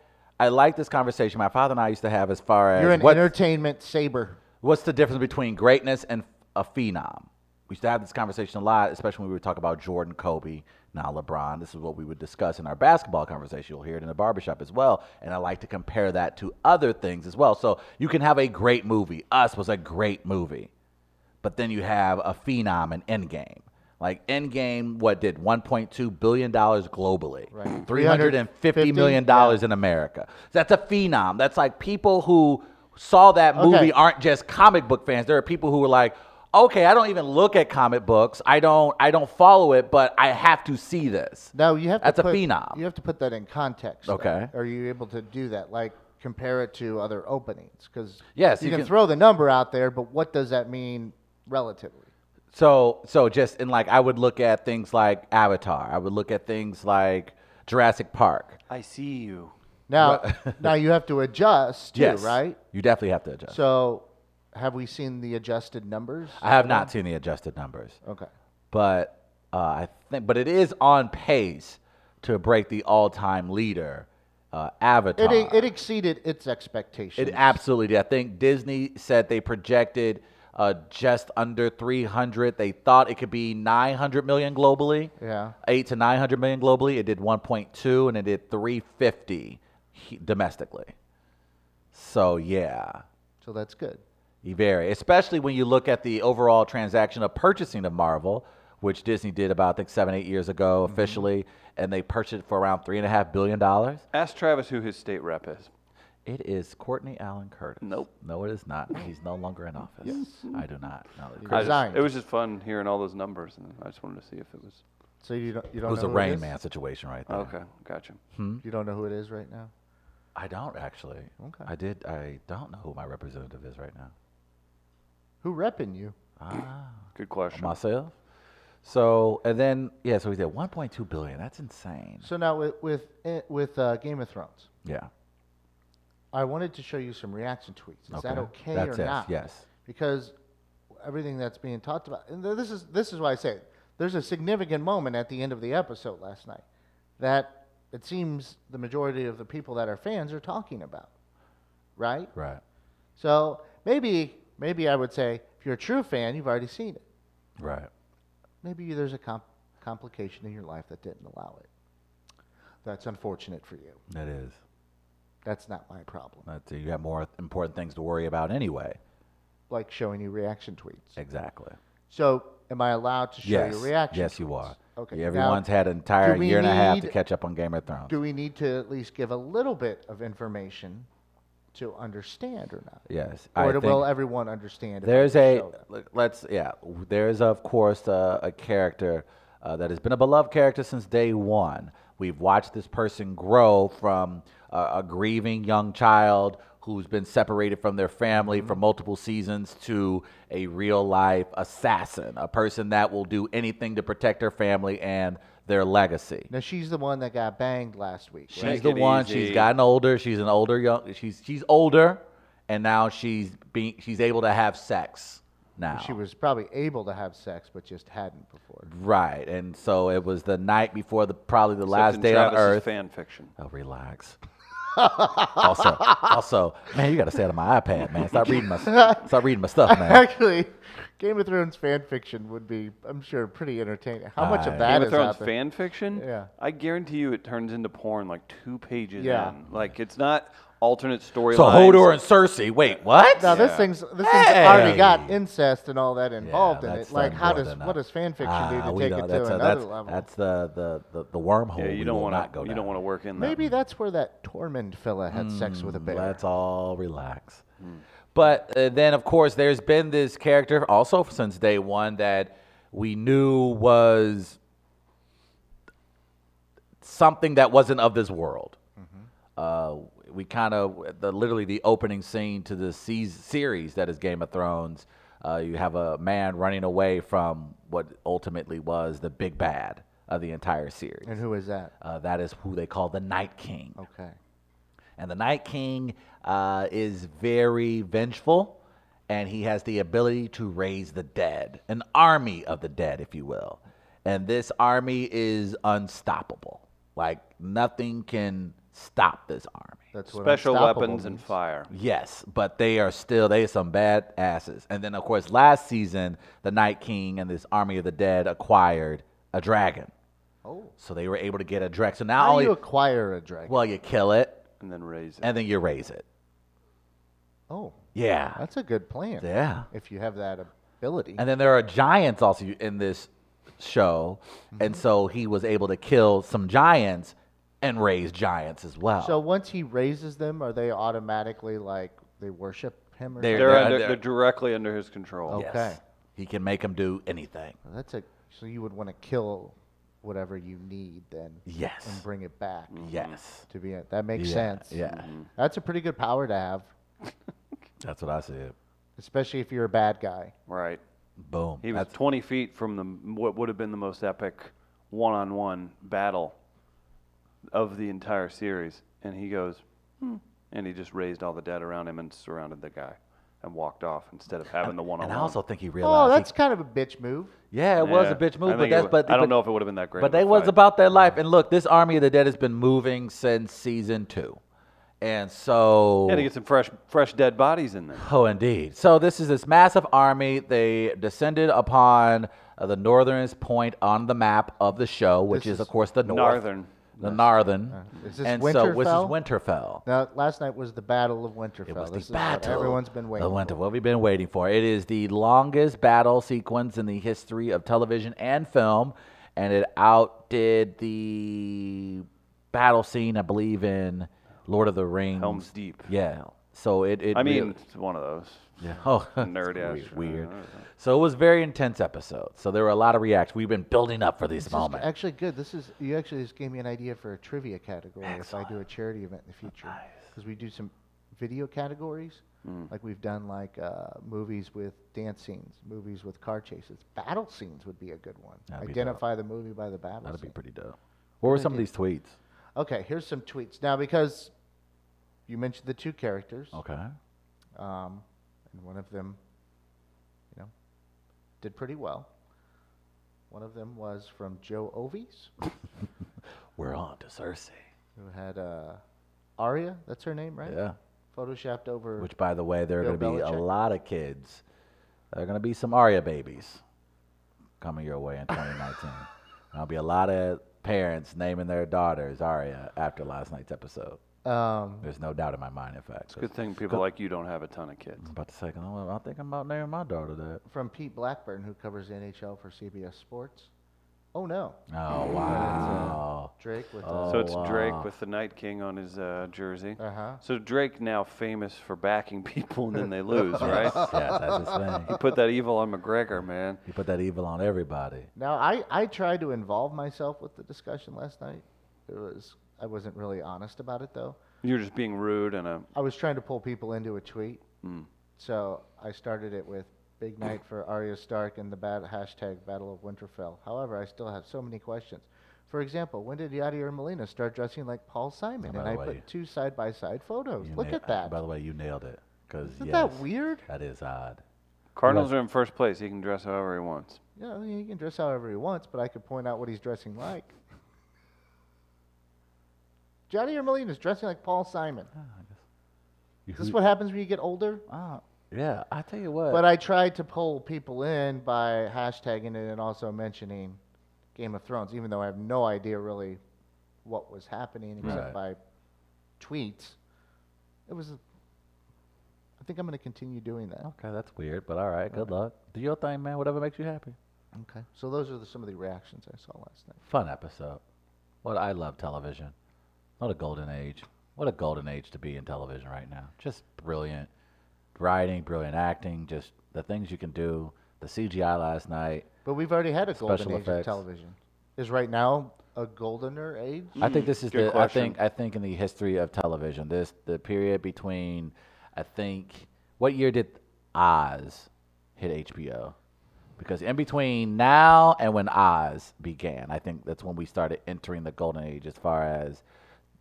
Speaker 1: I like this conversation my father and I used to have as far as
Speaker 3: you're an
Speaker 1: what-
Speaker 3: entertainment saber.
Speaker 1: what's the difference between greatness and a phenom. We used to have this conversation a lot, especially when we would talk about Jordan, Kobe, now LeBron. This is what we would discuss in our basketball conversation. You'll hear it in the barbershop as well. And I like to compare that to other things as well. So you can have a great movie. Us was a great movie but then you have a phenom in Endgame. Like Endgame, what did 1.2 billion dollars globally,
Speaker 3: Right.
Speaker 1: 350 million
Speaker 3: 350?
Speaker 1: dollars in America. That's a phenom. That's like people who saw that movie
Speaker 3: Okay.
Speaker 1: aren't just comic book fans. There are people who are like, okay, I don't even look at comic books. I don't, I don't follow it, but I have to see this.
Speaker 3: No, you have
Speaker 1: That's
Speaker 3: to
Speaker 1: a
Speaker 3: put,
Speaker 1: phenom.
Speaker 3: You have to put that in context. though.
Speaker 1: Okay.
Speaker 3: Are you able to do that? Like compare it to other openings? Because
Speaker 1: Yes,
Speaker 3: you,
Speaker 1: you
Speaker 3: can,
Speaker 1: can-
Speaker 3: throw the number out there, but what does that mean relatively?
Speaker 1: So so just in like I would look at things like Avatar. I would look at things like Jurassic Park.
Speaker 2: I see you.
Speaker 3: Now, now you have to adjust, too,
Speaker 1: yes,
Speaker 3: right?
Speaker 1: You definitely have to adjust.
Speaker 3: So, have we seen the adjusted numbers?
Speaker 1: I have
Speaker 3: um,
Speaker 1: not seen the adjusted numbers.
Speaker 3: Okay.
Speaker 1: but uh, I think, but it is on pace to break the all-time leader, uh, Avatar.
Speaker 3: It, e, it exceeded its expectations.
Speaker 1: It absolutely did. I think Disney said they projected uh, just under 300. They thought it could be 900 million globally.
Speaker 3: Yeah.
Speaker 1: Eight to 900 million globally. It did 1.2 and it did 350 he- domestically. So yeah.
Speaker 3: so that's good.
Speaker 1: You vary, especially when you look at the overall transaction of purchasing of Marvel, which Disney did about I think seven, eight years ago officially, and they purchased it for around three and a half billion dollars.
Speaker 2: Ask Travis who his state rep is.
Speaker 1: It is Courtney Allen Curtis.
Speaker 2: Nope.
Speaker 1: No, it is not. He's no longer in office. I do not know. that
Speaker 2: I
Speaker 1: Curtis-
Speaker 2: just-
Speaker 3: Resigned.
Speaker 2: it was just fun hearing all those numbers, and I just wanted to see if it was
Speaker 3: So you don't you
Speaker 1: It
Speaker 3: don't
Speaker 1: was
Speaker 3: know
Speaker 1: a
Speaker 3: who it
Speaker 1: Rain
Speaker 3: is?
Speaker 1: Man situation right there.
Speaker 2: okay. Gotcha.
Speaker 3: You don't know who it is right now.
Speaker 1: I don't actually.
Speaker 3: Okay.
Speaker 1: I did. I don't know who my representative is right now.
Speaker 3: Who repping you?
Speaker 2: Good question.
Speaker 1: Myself. So and then yeah. So he's at 1.2 billion. That's insane.
Speaker 3: So now with with eh, with uh, Game of Thrones,
Speaker 1: Yeah.
Speaker 3: I wanted to show you some reaction tweets. Is that okay
Speaker 1: That's
Speaker 3: or
Speaker 1: it,
Speaker 3: not?
Speaker 1: yes.
Speaker 3: Because everything that's being talked about, and th- this is this is why I say it. there's a significant moment at the end of the episode last night that it seems the majority of the people that are fans are talking about, right?
Speaker 1: Right.
Speaker 3: So maybe maybe I would say if you're a true fan, you've already seen it.
Speaker 1: Right.
Speaker 3: Maybe there's a comp- complication in your life that didn't allow it. That's unfortunate for you.
Speaker 1: That is.
Speaker 3: That's not my problem.
Speaker 1: That's, you have more important things to worry about anyway.
Speaker 3: Like showing you reaction tweets.
Speaker 1: Exactly.
Speaker 3: So, am I allowed to show
Speaker 1: yes.
Speaker 3: you reaction?
Speaker 1: yes, you
Speaker 3: tweets?
Speaker 1: are.
Speaker 3: Okay.
Speaker 1: Yeah,
Speaker 3: now,
Speaker 1: Everyone's had an entire
Speaker 3: do we
Speaker 1: year and a half to
Speaker 3: need-
Speaker 1: catch up on Game of Thrones.
Speaker 3: Do we need to at least give a little bit of information to understand or not?
Speaker 1: yes.
Speaker 3: Or
Speaker 1: I think
Speaker 3: will everyone understand? if I
Speaker 1: there's
Speaker 3: just
Speaker 1: a
Speaker 3: show them?
Speaker 1: look, let's yeah. w- There's of course a, a character uh, that has been a beloved character since day one. We've watched this person grow from uh, a grieving young child who's been separated from their family for multiple seasons to a real life assassin, a person that will do anything to protect their family and their legacy.
Speaker 3: Now she's the one that got banged last week.
Speaker 1: She's
Speaker 3: right?
Speaker 2: Make
Speaker 1: the
Speaker 2: it
Speaker 1: one. She's
Speaker 2: easy.
Speaker 1: gotten older. She's an older young. She's she's older, and now she's being she's able to have sex now.
Speaker 3: She was probably able to have sex, but just hadn't before.
Speaker 1: right, and so it was the night before the probably the
Speaker 2: Except
Speaker 1: last
Speaker 2: in
Speaker 1: day
Speaker 2: Travis's
Speaker 1: on Earth.
Speaker 2: fan fiction.
Speaker 1: Oh, relax. also, also, man, you got to stay out of my iPad, man. Stop reading my stop reading my stuff, man.
Speaker 3: Actually, Game of Thrones fan fiction would be, I'm sure, pretty entertaining. How much
Speaker 1: Uh,
Speaker 3: of that
Speaker 2: Game
Speaker 3: is
Speaker 2: of Thrones
Speaker 3: out there?
Speaker 2: fan fiction?
Speaker 3: Yeah.
Speaker 2: I guarantee you it turns into porn like two pages
Speaker 3: Yeah.
Speaker 2: in. Like it's not alternate storylines.
Speaker 1: So Hodor and Cersei. Wait, what?
Speaker 3: Now this
Speaker 2: Yeah.
Speaker 3: thing's this thing's already got
Speaker 1: Hey.
Speaker 3: incest and all that involved in
Speaker 1: that's
Speaker 3: it. Like,
Speaker 1: done
Speaker 3: how
Speaker 1: more
Speaker 3: does
Speaker 1: than
Speaker 3: what
Speaker 1: a-
Speaker 3: does fan fiction
Speaker 1: Ah,
Speaker 3: do to
Speaker 1: we
Speaker 3: take
Speaker 1: know-
Speaker 3: it to
Speaker 1: that's a-
Speaker 3: another
Speaker 1: that's,
Speaker 3: level?
Speaker 1: That's the the the, the wormhole.
Speaker 2: yeah, you
Speaker 1: we
Speaker 2: don't
Speaker 1: will
Speaker 2: want
Speaker 1: not
Speaker 2: to.
Speaker 1: go
Speaker 2: You
Speaker 1: down.
Speaker 2: don't want to work in that.
Speaker 3: Maybe that's where that Tormund fella had
Speaker 2: Hmm,
Speaker 3: sex with a bear.
Speaker 1: Let's all relax.
Speaker 3: Hmm.
Speaker 1: But uh, then, of course, there's been this character also since day one that we knew was something that wasn't of this world.
Speaker 3: Mm-hmm.
Speaker 1: Uh, we kind of the literally the opening scene to the seas series that is Game of Thrones. Uh, you have a man running away from what ultimately was the big bad of the entire series.
Speaker 3: and who is that?
Speaker 1: Uh, that is who they call the Night King.
Speaker 3: Okay.
Speaker 1: And the Night King uh, is very vengeful, and he has the ability to raise the dead, an army of the dead, if you will. And this army is unstoppable. Like, nothing can stop this army.
Speaker 3: That's what
Speaker 2: Special
Speaker 3: unstoppable
Speaker 2: weapons and
Speaker 3: means.
Speaker 2: fire.
Speaker 1: Yes, but they are still, they are some bad asses. And then, of course, last season, the Night King and this army of the dead acquired a dragon.
Speaker 3: Oh.
Speaker 1: So they were able to get a dragon. So not
Speaker 3: How do
Speaker 1: only,
Speaker 3: you acquire a dragon?
Speaker 1: well, you kill it,
Speaker 2: And then raise it.
Speaker 1: and then you raise it.
Speaker 3: oh,
Speaker 1: Yeah.
Speaker 3: that's a good plan.
Speaker 1: Yeah.
Speaker 3: If you have that ability.
Speaker 1: And then there are giants also in this show. And
Speaker 3: Mm-hmm.
Speaker 1: so he was able to kill some giants and raise giants as well.
Speaker 3: so once he raises them, are they automatically like they worship him? Or
Speaker 1: They're-
Speaker 2: they're,
Speaker 1: they're-
Speaker 2: under,
Speaker 1: they're-
Speaker 2: they're directly under his control.
Speaker 3: Okay.
Speaker 1: He can make them do anything.
Speaker 3: something? Oh, that's a so you would want to kill whatever you need then.
Speaker 1: Yes.
Speaker 3: And bring it back.
Speaker 1: Yes.
Speaker 3: To be that makes
Speaker 1: Yeah,
Speaker 3: sense.
Speaker 1: yeah.
Speaker 3: That's a pretty good power to have,
Speaker 1: That's what I said.
Speaker 3: especially if you're a bad guy.
Speaker 2: Right.
Speaker 1: Boom.
Speaker 2: He was
Speaker 1: That's-
Speaker 2: 20 feet from the what would have been the most epic one-on-one battle of the entire series, and he goes, hmm. and he just raised all the dead around him and surrounded the guy, and walked off instead of having the one-on-one.
Speaker 1: and I also think he
Speaker 3: Oh,
Speaker 1: realized. he-
Speaker 3: that's kind of a bitch move.
Speaker 1: yeah, it was
Speaker 2: Yeah,
Speaker 1: a bitch
Speaker 2: I
Speaker 1: move, but
Speaker 2: think it
Speaker 1: that's
Speaker 2: wa-
Speaker 1: but
Speaker 2: I don't
Speaker 1: but-
Speaker 2: know if it would have been that great.
Speaker 1: But
Speaker 2: of a
Speaker 1: they was
Speaker 2: fight.
Speaker 1: about their life. And look, this army of the dead has been moving since season two, and so
Speaker 2: Yeah, to get some fresh, fresh dead bodies in there.
Speaker 1: Oh, indeed. So this is this massive army. They descended upon uh, the northernest point on the map of the show, which
Speaker 3: This
Speaker 1: is,
Speaker 3: is Uh,
Speaker 1: of course, the north.
Speaker 2: Northern.
Speaker 1: The northern.
Speaker 3: Is this
Speaker 1: and so, which is
Speaker 3: Winterfell?
Speaker 1: Winterfell.
Speaker 3: Now, last night was the Battle of Winterfell.
Speaker 1: It was
Speaker 3: this
Speaker 1: the
Speaker 3: is what
Speaker 1: battle.
Speaker 3: everyone's been waiting.
Speaker 1: The
Speaker 3: for.
Speaker 1: winter, what we've been waiting for. It is the longest battle sequence in the history of television and film, and it outdid the battle scene, I believe, in Lord of the Rings.
Speaker 2: Helm's Deep.
Speaker 1: Yeah. So it. it
Speaker 2: I mean,
Speaker 1: really-
Speaker 2: it's one of those.
Speaker 1: yeah. Oh,
Speaker 2: nerd ass
Speaker 1: weird,
Speaker 2: shit.
Speaker 1: weird. So it was very intense episode. So there were a lot of reacts. We've been building up for this,
Speaker 3: This is
Speaker 1: moment.
Speaker 3: actually good. This is you actually just gave me an idea for a trivia category if I do a charity event in the future because we do some video categories
Speaker 1: Hmm.
Speaker 3: like we've done like uh, movies with dance scenes, movies with car chases, battle scenes would be a good one.
Speaker 1: That'd be dope.
Speaker 3: Identify the movie by the battle.
Speaker 1: That'd be
Speaker 3: scene.
Speaker 1: pretty dope. What were some of these tweets?
Speaker 3: Okay, here's some tweets now because you mentioned the two characters,
Speaker 1: Okay.
Speaker 3: um, and one of them, you know, did pretty well. One of them was from Joe Ovies.
Speaker 1: We're on to Cersei.
Speaker 3: who had uh, Aria. That's her name, right?
Speaker 1: Yeah.
Speaker 3: Photoshopped over.
Speaker 1: Which, by the way, there are
Speaker 3: Bill
Speaker 1: going to be a
Speaker 3: Belichick.
Speaker 1: lot of kids. There are going to be some Aria babies coming your way in 2019. There'll be a lot of parents naming their daughters Aria after last night's episode.
Speaker 3: um,
Speaker 1: There's no doubt in my mind, in fact.
Speaker 2: It's a good thing people like you don't have a ton of kids.
Speaker 1: I'm about to say, you know what, I think I'm about naming my daughter that.
Speaker 3: from Pete Blackburn, who covers the NHL for CBS Sports. Oh no,
Speaker 1: Oh, wow.
Speaker 3: Drake with
Speaker 2: So
Speaker 1: Oh.
Speaker 3: uh
Speaker 2: it's Drake with the Night King on his uh, jersey.
Speaker 1: Uh-huh.
Speaker 3: huh.
Speaker 2: So Drake now famous for backing people and then they lose, right?
Speaker 1: yeah, that's his thing.
Speaker 2: He put that evil on McGregor, man.
Speaker 1: He put that evil on everybody.
Speaker 3: Now I I tried to involve myself with the discussion last night. It was I wasn't really honest about it though.
Speaker 2: You're just being rude and a
Speaker 3: I was trying to pull people into a tweet.
Speaker 1: Mm.
Speaker 3: So I started it with big night for Arya Stark and the bat- hashtag Battle of Winterfell. However, I still have so many questions. For example, when did Yadier Molina start dressing like Paul Simon?
Speaker 1: Oh, by
Speaker 3: And
Speaker 1: the
Speaker 3: I
Speaker 1: way-
Speaker 3: put two side by side photos.
Speaker 1: You
Speaker 3: Look
Speaker 1: na-
Speaker 3: at that.
Speaker 1: By the way, you nailed it. Cause
Speaker 3: Isn't
Speaker 1: yes,
Speaker 3: that weird?
Speaker 1: That is odd.
Speaker 2: Cardinals are in first place. He can dress however he wants.
Speaker 3: Yeah, I mean, he can dress however he wants, but I could point out what he's dressing like. Yadier Molina is dressing like Paul Simon.
Speaker 1: Ah,
Speaker 3: Is this what happens when you get older?
Speaker 1: Oh, yeah, I tell you what.
Speaker 3: But I tried to poll people in by hashtagging it and also mentioning Game of Thrones, even though I have no idea really what was happening except by tweets. It was. I think I'm going to continue doing that.
Speaker 1: Okay, that's weird, but all right, good luck. Do your thing, man. Whatever makes you happy.
Speaker 3: Okay. So those are the, some of the reactions I saw last night.
Speaker 1: Fun episode. What I love television. What a golden age. What a golden age to be in television right now. Just brilliant writing, brilliant acting, just the things you can do. The CGI last night.
Speaker 3: But we've already had a golden
Speaker 1: Special
Speaker 3: age
Speaker 1: effects.
Speaker 3: of television. Is right now a goldener age?
Speaker 1: I think this is
Speaker 2: good
Speaker 1: the.
Speaker 2: question.
Speaker 1: I think I think in the history of television, this the period between, I think, what year did Oz hit HBO? Because in between now and when Oz began, I think that's when we started entering the golden age. As far as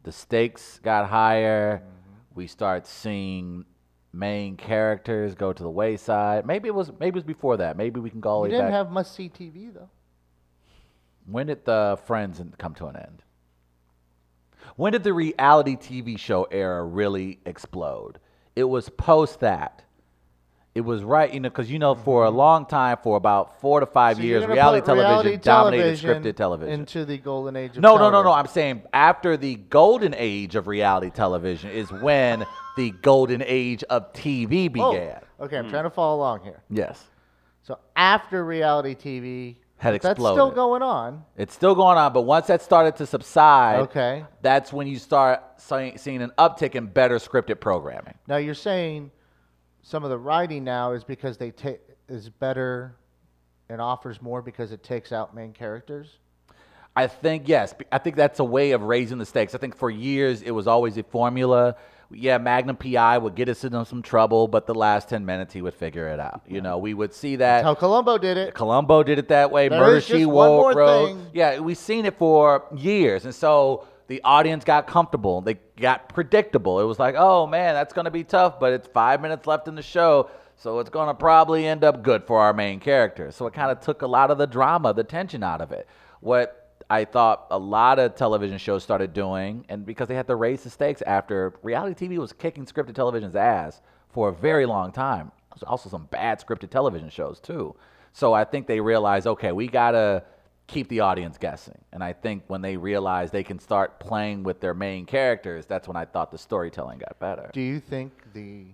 Speaker 1: the stakes got higher,
Speaker 2: Mm-hmm.
Speaker 1: we start seeing main characters go to the wayside. Maybe it was maybe it was before that. Maybe we can go all
Speaker 3: We
Speaker 1: the way
Speaker 3: didn't
Speaker 1: back.
Speaker 3: have must see TV though.
Speaker 1: When did the Friends en- come to an end? When did the reality TV show era really explode? It was post that. It was right, you know, because you know, for a long time, for about four to five
Speaker 3: Mm-hmm. So you're
Speaker 1: years,
Speaker 3: gonna
Speaker 1: reality
Speaker 3: put
Speaker 1: television dominated
Speaker 3: reality television
Speaker 1: scripted television.
Speaker 3: into the golden age. Of
Speaker 1: No, no,
Speaker 3: television.
Speaker 1: no, no. I'm saying after the golden age of reality television is when the golden age of TV
Speaker 3: Oh,
Speaker 1: began.
Speaker 3: Okay, I'm trying to follow along here.
Speaker 1: Yes.
Speaker 3: So after reality TV
Speaker 1: Had
Speaker 3: but that's still
Speaker 1: exploded.
Speaker 3: going on.
Speaker 1: It's still going on, but once that started to subside,
Speaker 3: Okay.
Speaker 1: that's when you start see- seeing an uptick in better scripted programming.
Speaker 3: Now you're saying some of the writing now is because they take is better and offers more because it takes out main characters.
Speaker 1: I think yes, I think that's a way of raising the stakes. I think for years it was always a formula. Yeah, Magnum PI would get us into some trouble, but the last ten minutes he would figure it out. You know, we would see that.
Speaker 3: That's how Columbo did it.
Speaker 1: Columbo did it that way.
Speaker 3: There
Speaker 1: Murder
Speaker 3: is just
Speaker 1: She
Speaker 3: one
Speaker 1: Wo-
Speaker 3: more
Speaker 1: Wrote.
Speaker 3: thing.
Speaker 1: Yeah, we've seen it for years, and so the audience got comfortable. They got predictable. It was like, oh man, that's going to be tough, but it's five minutes left in the show, so it's going to probably end up good for our main character. So it kind of took a lot of the drama, the tension out of it. What I thought a lot of television shows started doing, and because they had to raise the stakes after reality TV was kicking scripted television's ass for a very long time. There's also some bad scripted television shows too. So I think they realized, okay, we gotta keep the audience guessing. And I think when they realized they can start playing with their main characters, that's when I thought the storytelling got better.
Speaker 3: Do you think the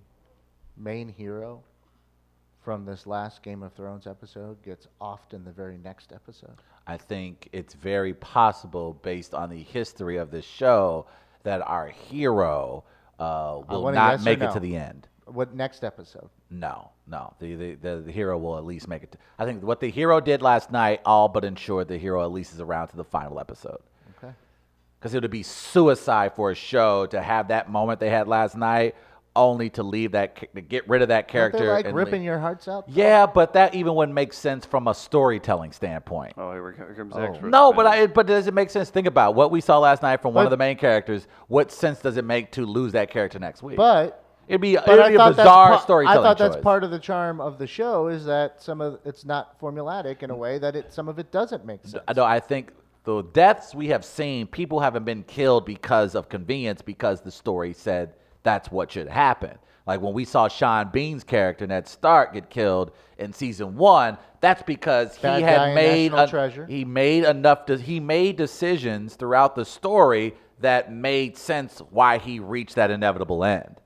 Speaker 3: main hero from this last Game of Thrones episode gets offed in the very next episode?
Speaker 1: I think it's very possible, based on the history of this show, that our hero uh, will
Speaker 3: want a
Speaker 1: not
Speaker 3: yes or
Speaker 1: make
Speaker 3: no.
Speaker 1: it to the end.
Speaker 3: What next episode?
Speaker 1: No, no. The, the, the, the hero will at least make it. To, I think what the hero did last night all but ensured the hero at least is around to the final episode.
Speaker 3: Okay.
Speaker 1: Because it would be suicide for a show to have that moment they had last night only to leave that, ca- to get rid of that
Speaker 3: Aren't
Speaker 1: character.
Speaker 3: they like
Speaker 1: and
Speaker 3: ripping
Speaker 1: leave-
Speaker 3: your hearts out?
Speaker 1: Yeah, but that even wouldn't make sense from a storytelling standpoint.
Speaker 2: Oh, here, we go. here comes
Speaker 3: Oh.
Speaker 2: extra.
Speaker 1: No, but I, but does it make sense? Think about what we saw last night from one of
Speaker 3: But-
Speaker 1: the main characters. What sense does it make to lose that character next week?
Speaker 3: But
Speaker 1: it'd be,
Speaker 3: but
Speaker 1: it'd
Speaker 3: I
Speaker 1: be a
Speaker 3: thought
Speaker 1: bizarre
Speaker 3: that's part, I
Speaker 1: storytelling.
Speaker 3: thought that's
Speaker 1: choice.
Speaker 3: part of the charm of the show is that some of it's not formulaic in a way that it some of it doesn't make sense.
Speaker 1: I know. I think the deaths we have seen, people haven't been killed because of convenience, because the story said that's what should happen. Like when we saw Sean Bean's character Ned Stark get killed in season one, that's because
Speaker 3: Bad
Speaker 1: he
Speaker 3: guy
Speaker 1: had
Speaker 3: in
Speaker 1: made
Speaker 3: National Treasure.
Speaker 1: he made enough. De- he made decisions throughout the story that made sense why he reached that inevitable end.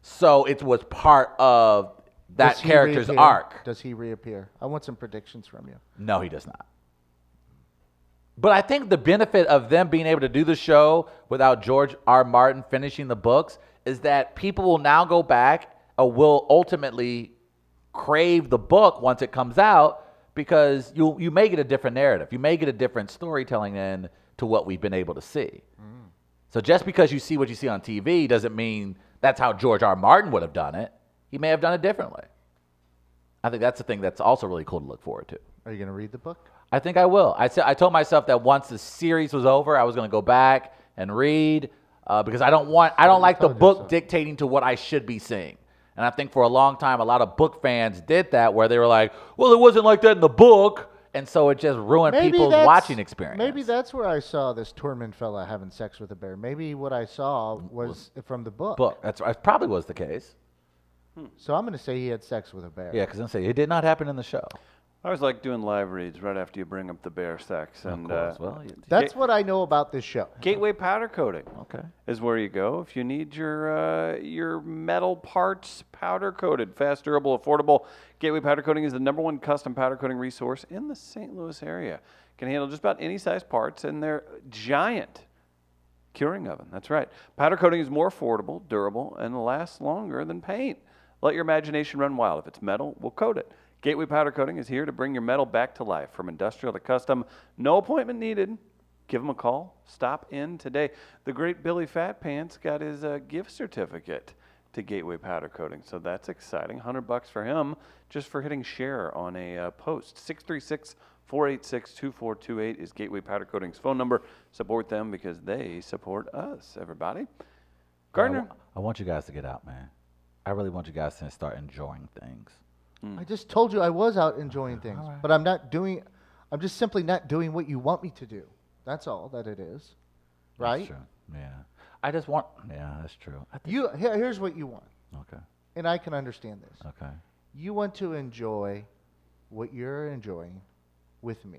Speaker 1: So it was part of that
Speaker 3: Does he
Speaker 1: character's
Speaker 3: reappear?
Speaker 1: arc.
Speaker 3: Does he reappear? I want some predictions from you.
Speaker 1: No, he does not. But I think the benefit of them being able to do the show without George R. Martin finishing the books is that people will now go back or will ultimately crave the book once it comes out because you you may get a different narrative. You may get a different storytelling in to what we've been able to see. So just because you see what you see on TV doesn't mean that's how George R. Martin would have done it. He may have done it differently. I think that's the thing that's also really cool to look forward to.
Speaker 3: Are you going to read the book?
Speaker 1: I think I will. I said I told myself that once the series was over, I was going to go back and read uh, because I don't want I don't like the
Speaker 3: told
Speaker 1: book
Speaker 3: yourself.
Speaker 1: dictating to what I should be seeing. And I think for a long time, a lot of book fans did that, where they were like, "Well, it wasn't like that in the book," and so it just ruined people's
Speaker 3: that's-
Speaker 1: watching experience.
Speaker 3: Maybe that's where I saw this Tormund fella having sex with a bear. Maybe what I saw was from the book.
Speaker 1: book. That's that probably was the case.
Speaker 3: So I'm going to say he had sex with a bear.
Speaker 1: Yeah, because I say it did not happen in the show.
Speaker 2: I always like doing live reads right after you bring up the bear sex. And
Speaker 1: course,
Speaker 2: uh,
Speaker 1: well, you-
Speaker 3: That's
Speaker 2: ga-
Speaker 3: what I know about this show.
Speaker 2: gateway powder coating.
Speaker 1: Okay.
Speaker 2: Is where you go if you need your uh, your metal parts powder coated, fast, durable, affordable. Gateway Powder Coating is the number one custom powder coating resource in the St. Louis area. Can handle just about any size parts, and they're giant curing oven. That's right. Powder coating is more affordable, durable, and lasts longer than paint. Let your imagination run wild. If it's metal, we'll coat it. Gateway Powder Coating is here to bring your metal back to life from industrial to custom. No appointment needed. Give them a call. Stop in today. The great Billy Fat Pants got his uh, gift certificate to Gateway Powder Coating, so that's exciting. 100 bucks for him just for hitting share on a uh, post. 636- 486 2428 is Gateway Powder Coating's phone number. Support them because they support us, everybody.
Speaker 1: I,
Speaker 2: Gardner.
Speaker 1: wa- I want you guys to get out, man. I really want you guys to start enjoying things. Mm.
Speaker 3: I just told you I was out enjoying things, but I'm not doing. I'm just simply not doing what you want me to do. That's all that it is, right?
Speaker 1: That's true. Yeah. I just want. Yeah, that's true. I think,
Speaker 3: You here, here's what you want,
Speaker 1: okay.
Speaker 3: and I can understand this.
Speaker 1: Okay.
Speaker 3: You want to enjoy what you're enjoying with me.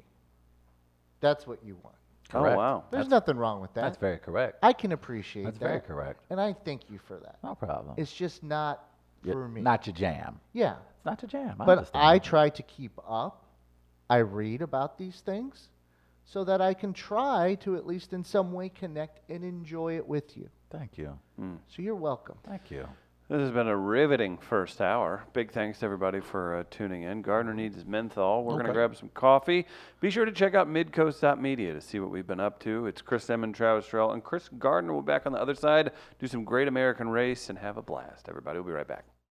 Speaker 3: That's what you want.
Speaker 2: Oh,
Speaker 1: Correct.
Speaker 2: wow.
Speaker 3: There's nothing wrong with that.
Speaker 1: That's very correct.
Speaker 3: I can appreciate
Speaker 1: That's
Speaker 3: that.
Speaker 1: very correct.
Speaker 3: And I thank you for that.
Speaker 1: No problem.
Speaker 3: It's just not
Speaker 1: Yeah,
Speaker 3: for me.
Speaker 1: Not your jam.
Speaker 3: yeah.
Speaker 1: It's not your jam. I
Speaker 3: But
Speaker 1: understand.
Speaker 3: I try to keep up. I read about these things so that I can try to at least in some way connect and enjoy it with you.
Speaker 1: Thank you.
Speaker 3: So you're welcome.
Speaker 1: Thank you.
Speaker 2: This has been a riveting first hour. Big thanks to everybody for uh, tuning in. Gardner needs his menthol. We're going to grab some coffee. Be sure to check out midcoast.media to see what we've been up to. It's Chris Emmon, Travis Terrell, and Chris Gardner will be back on the other side, do some great American race, and have a blast. Everybody, we'll be right back.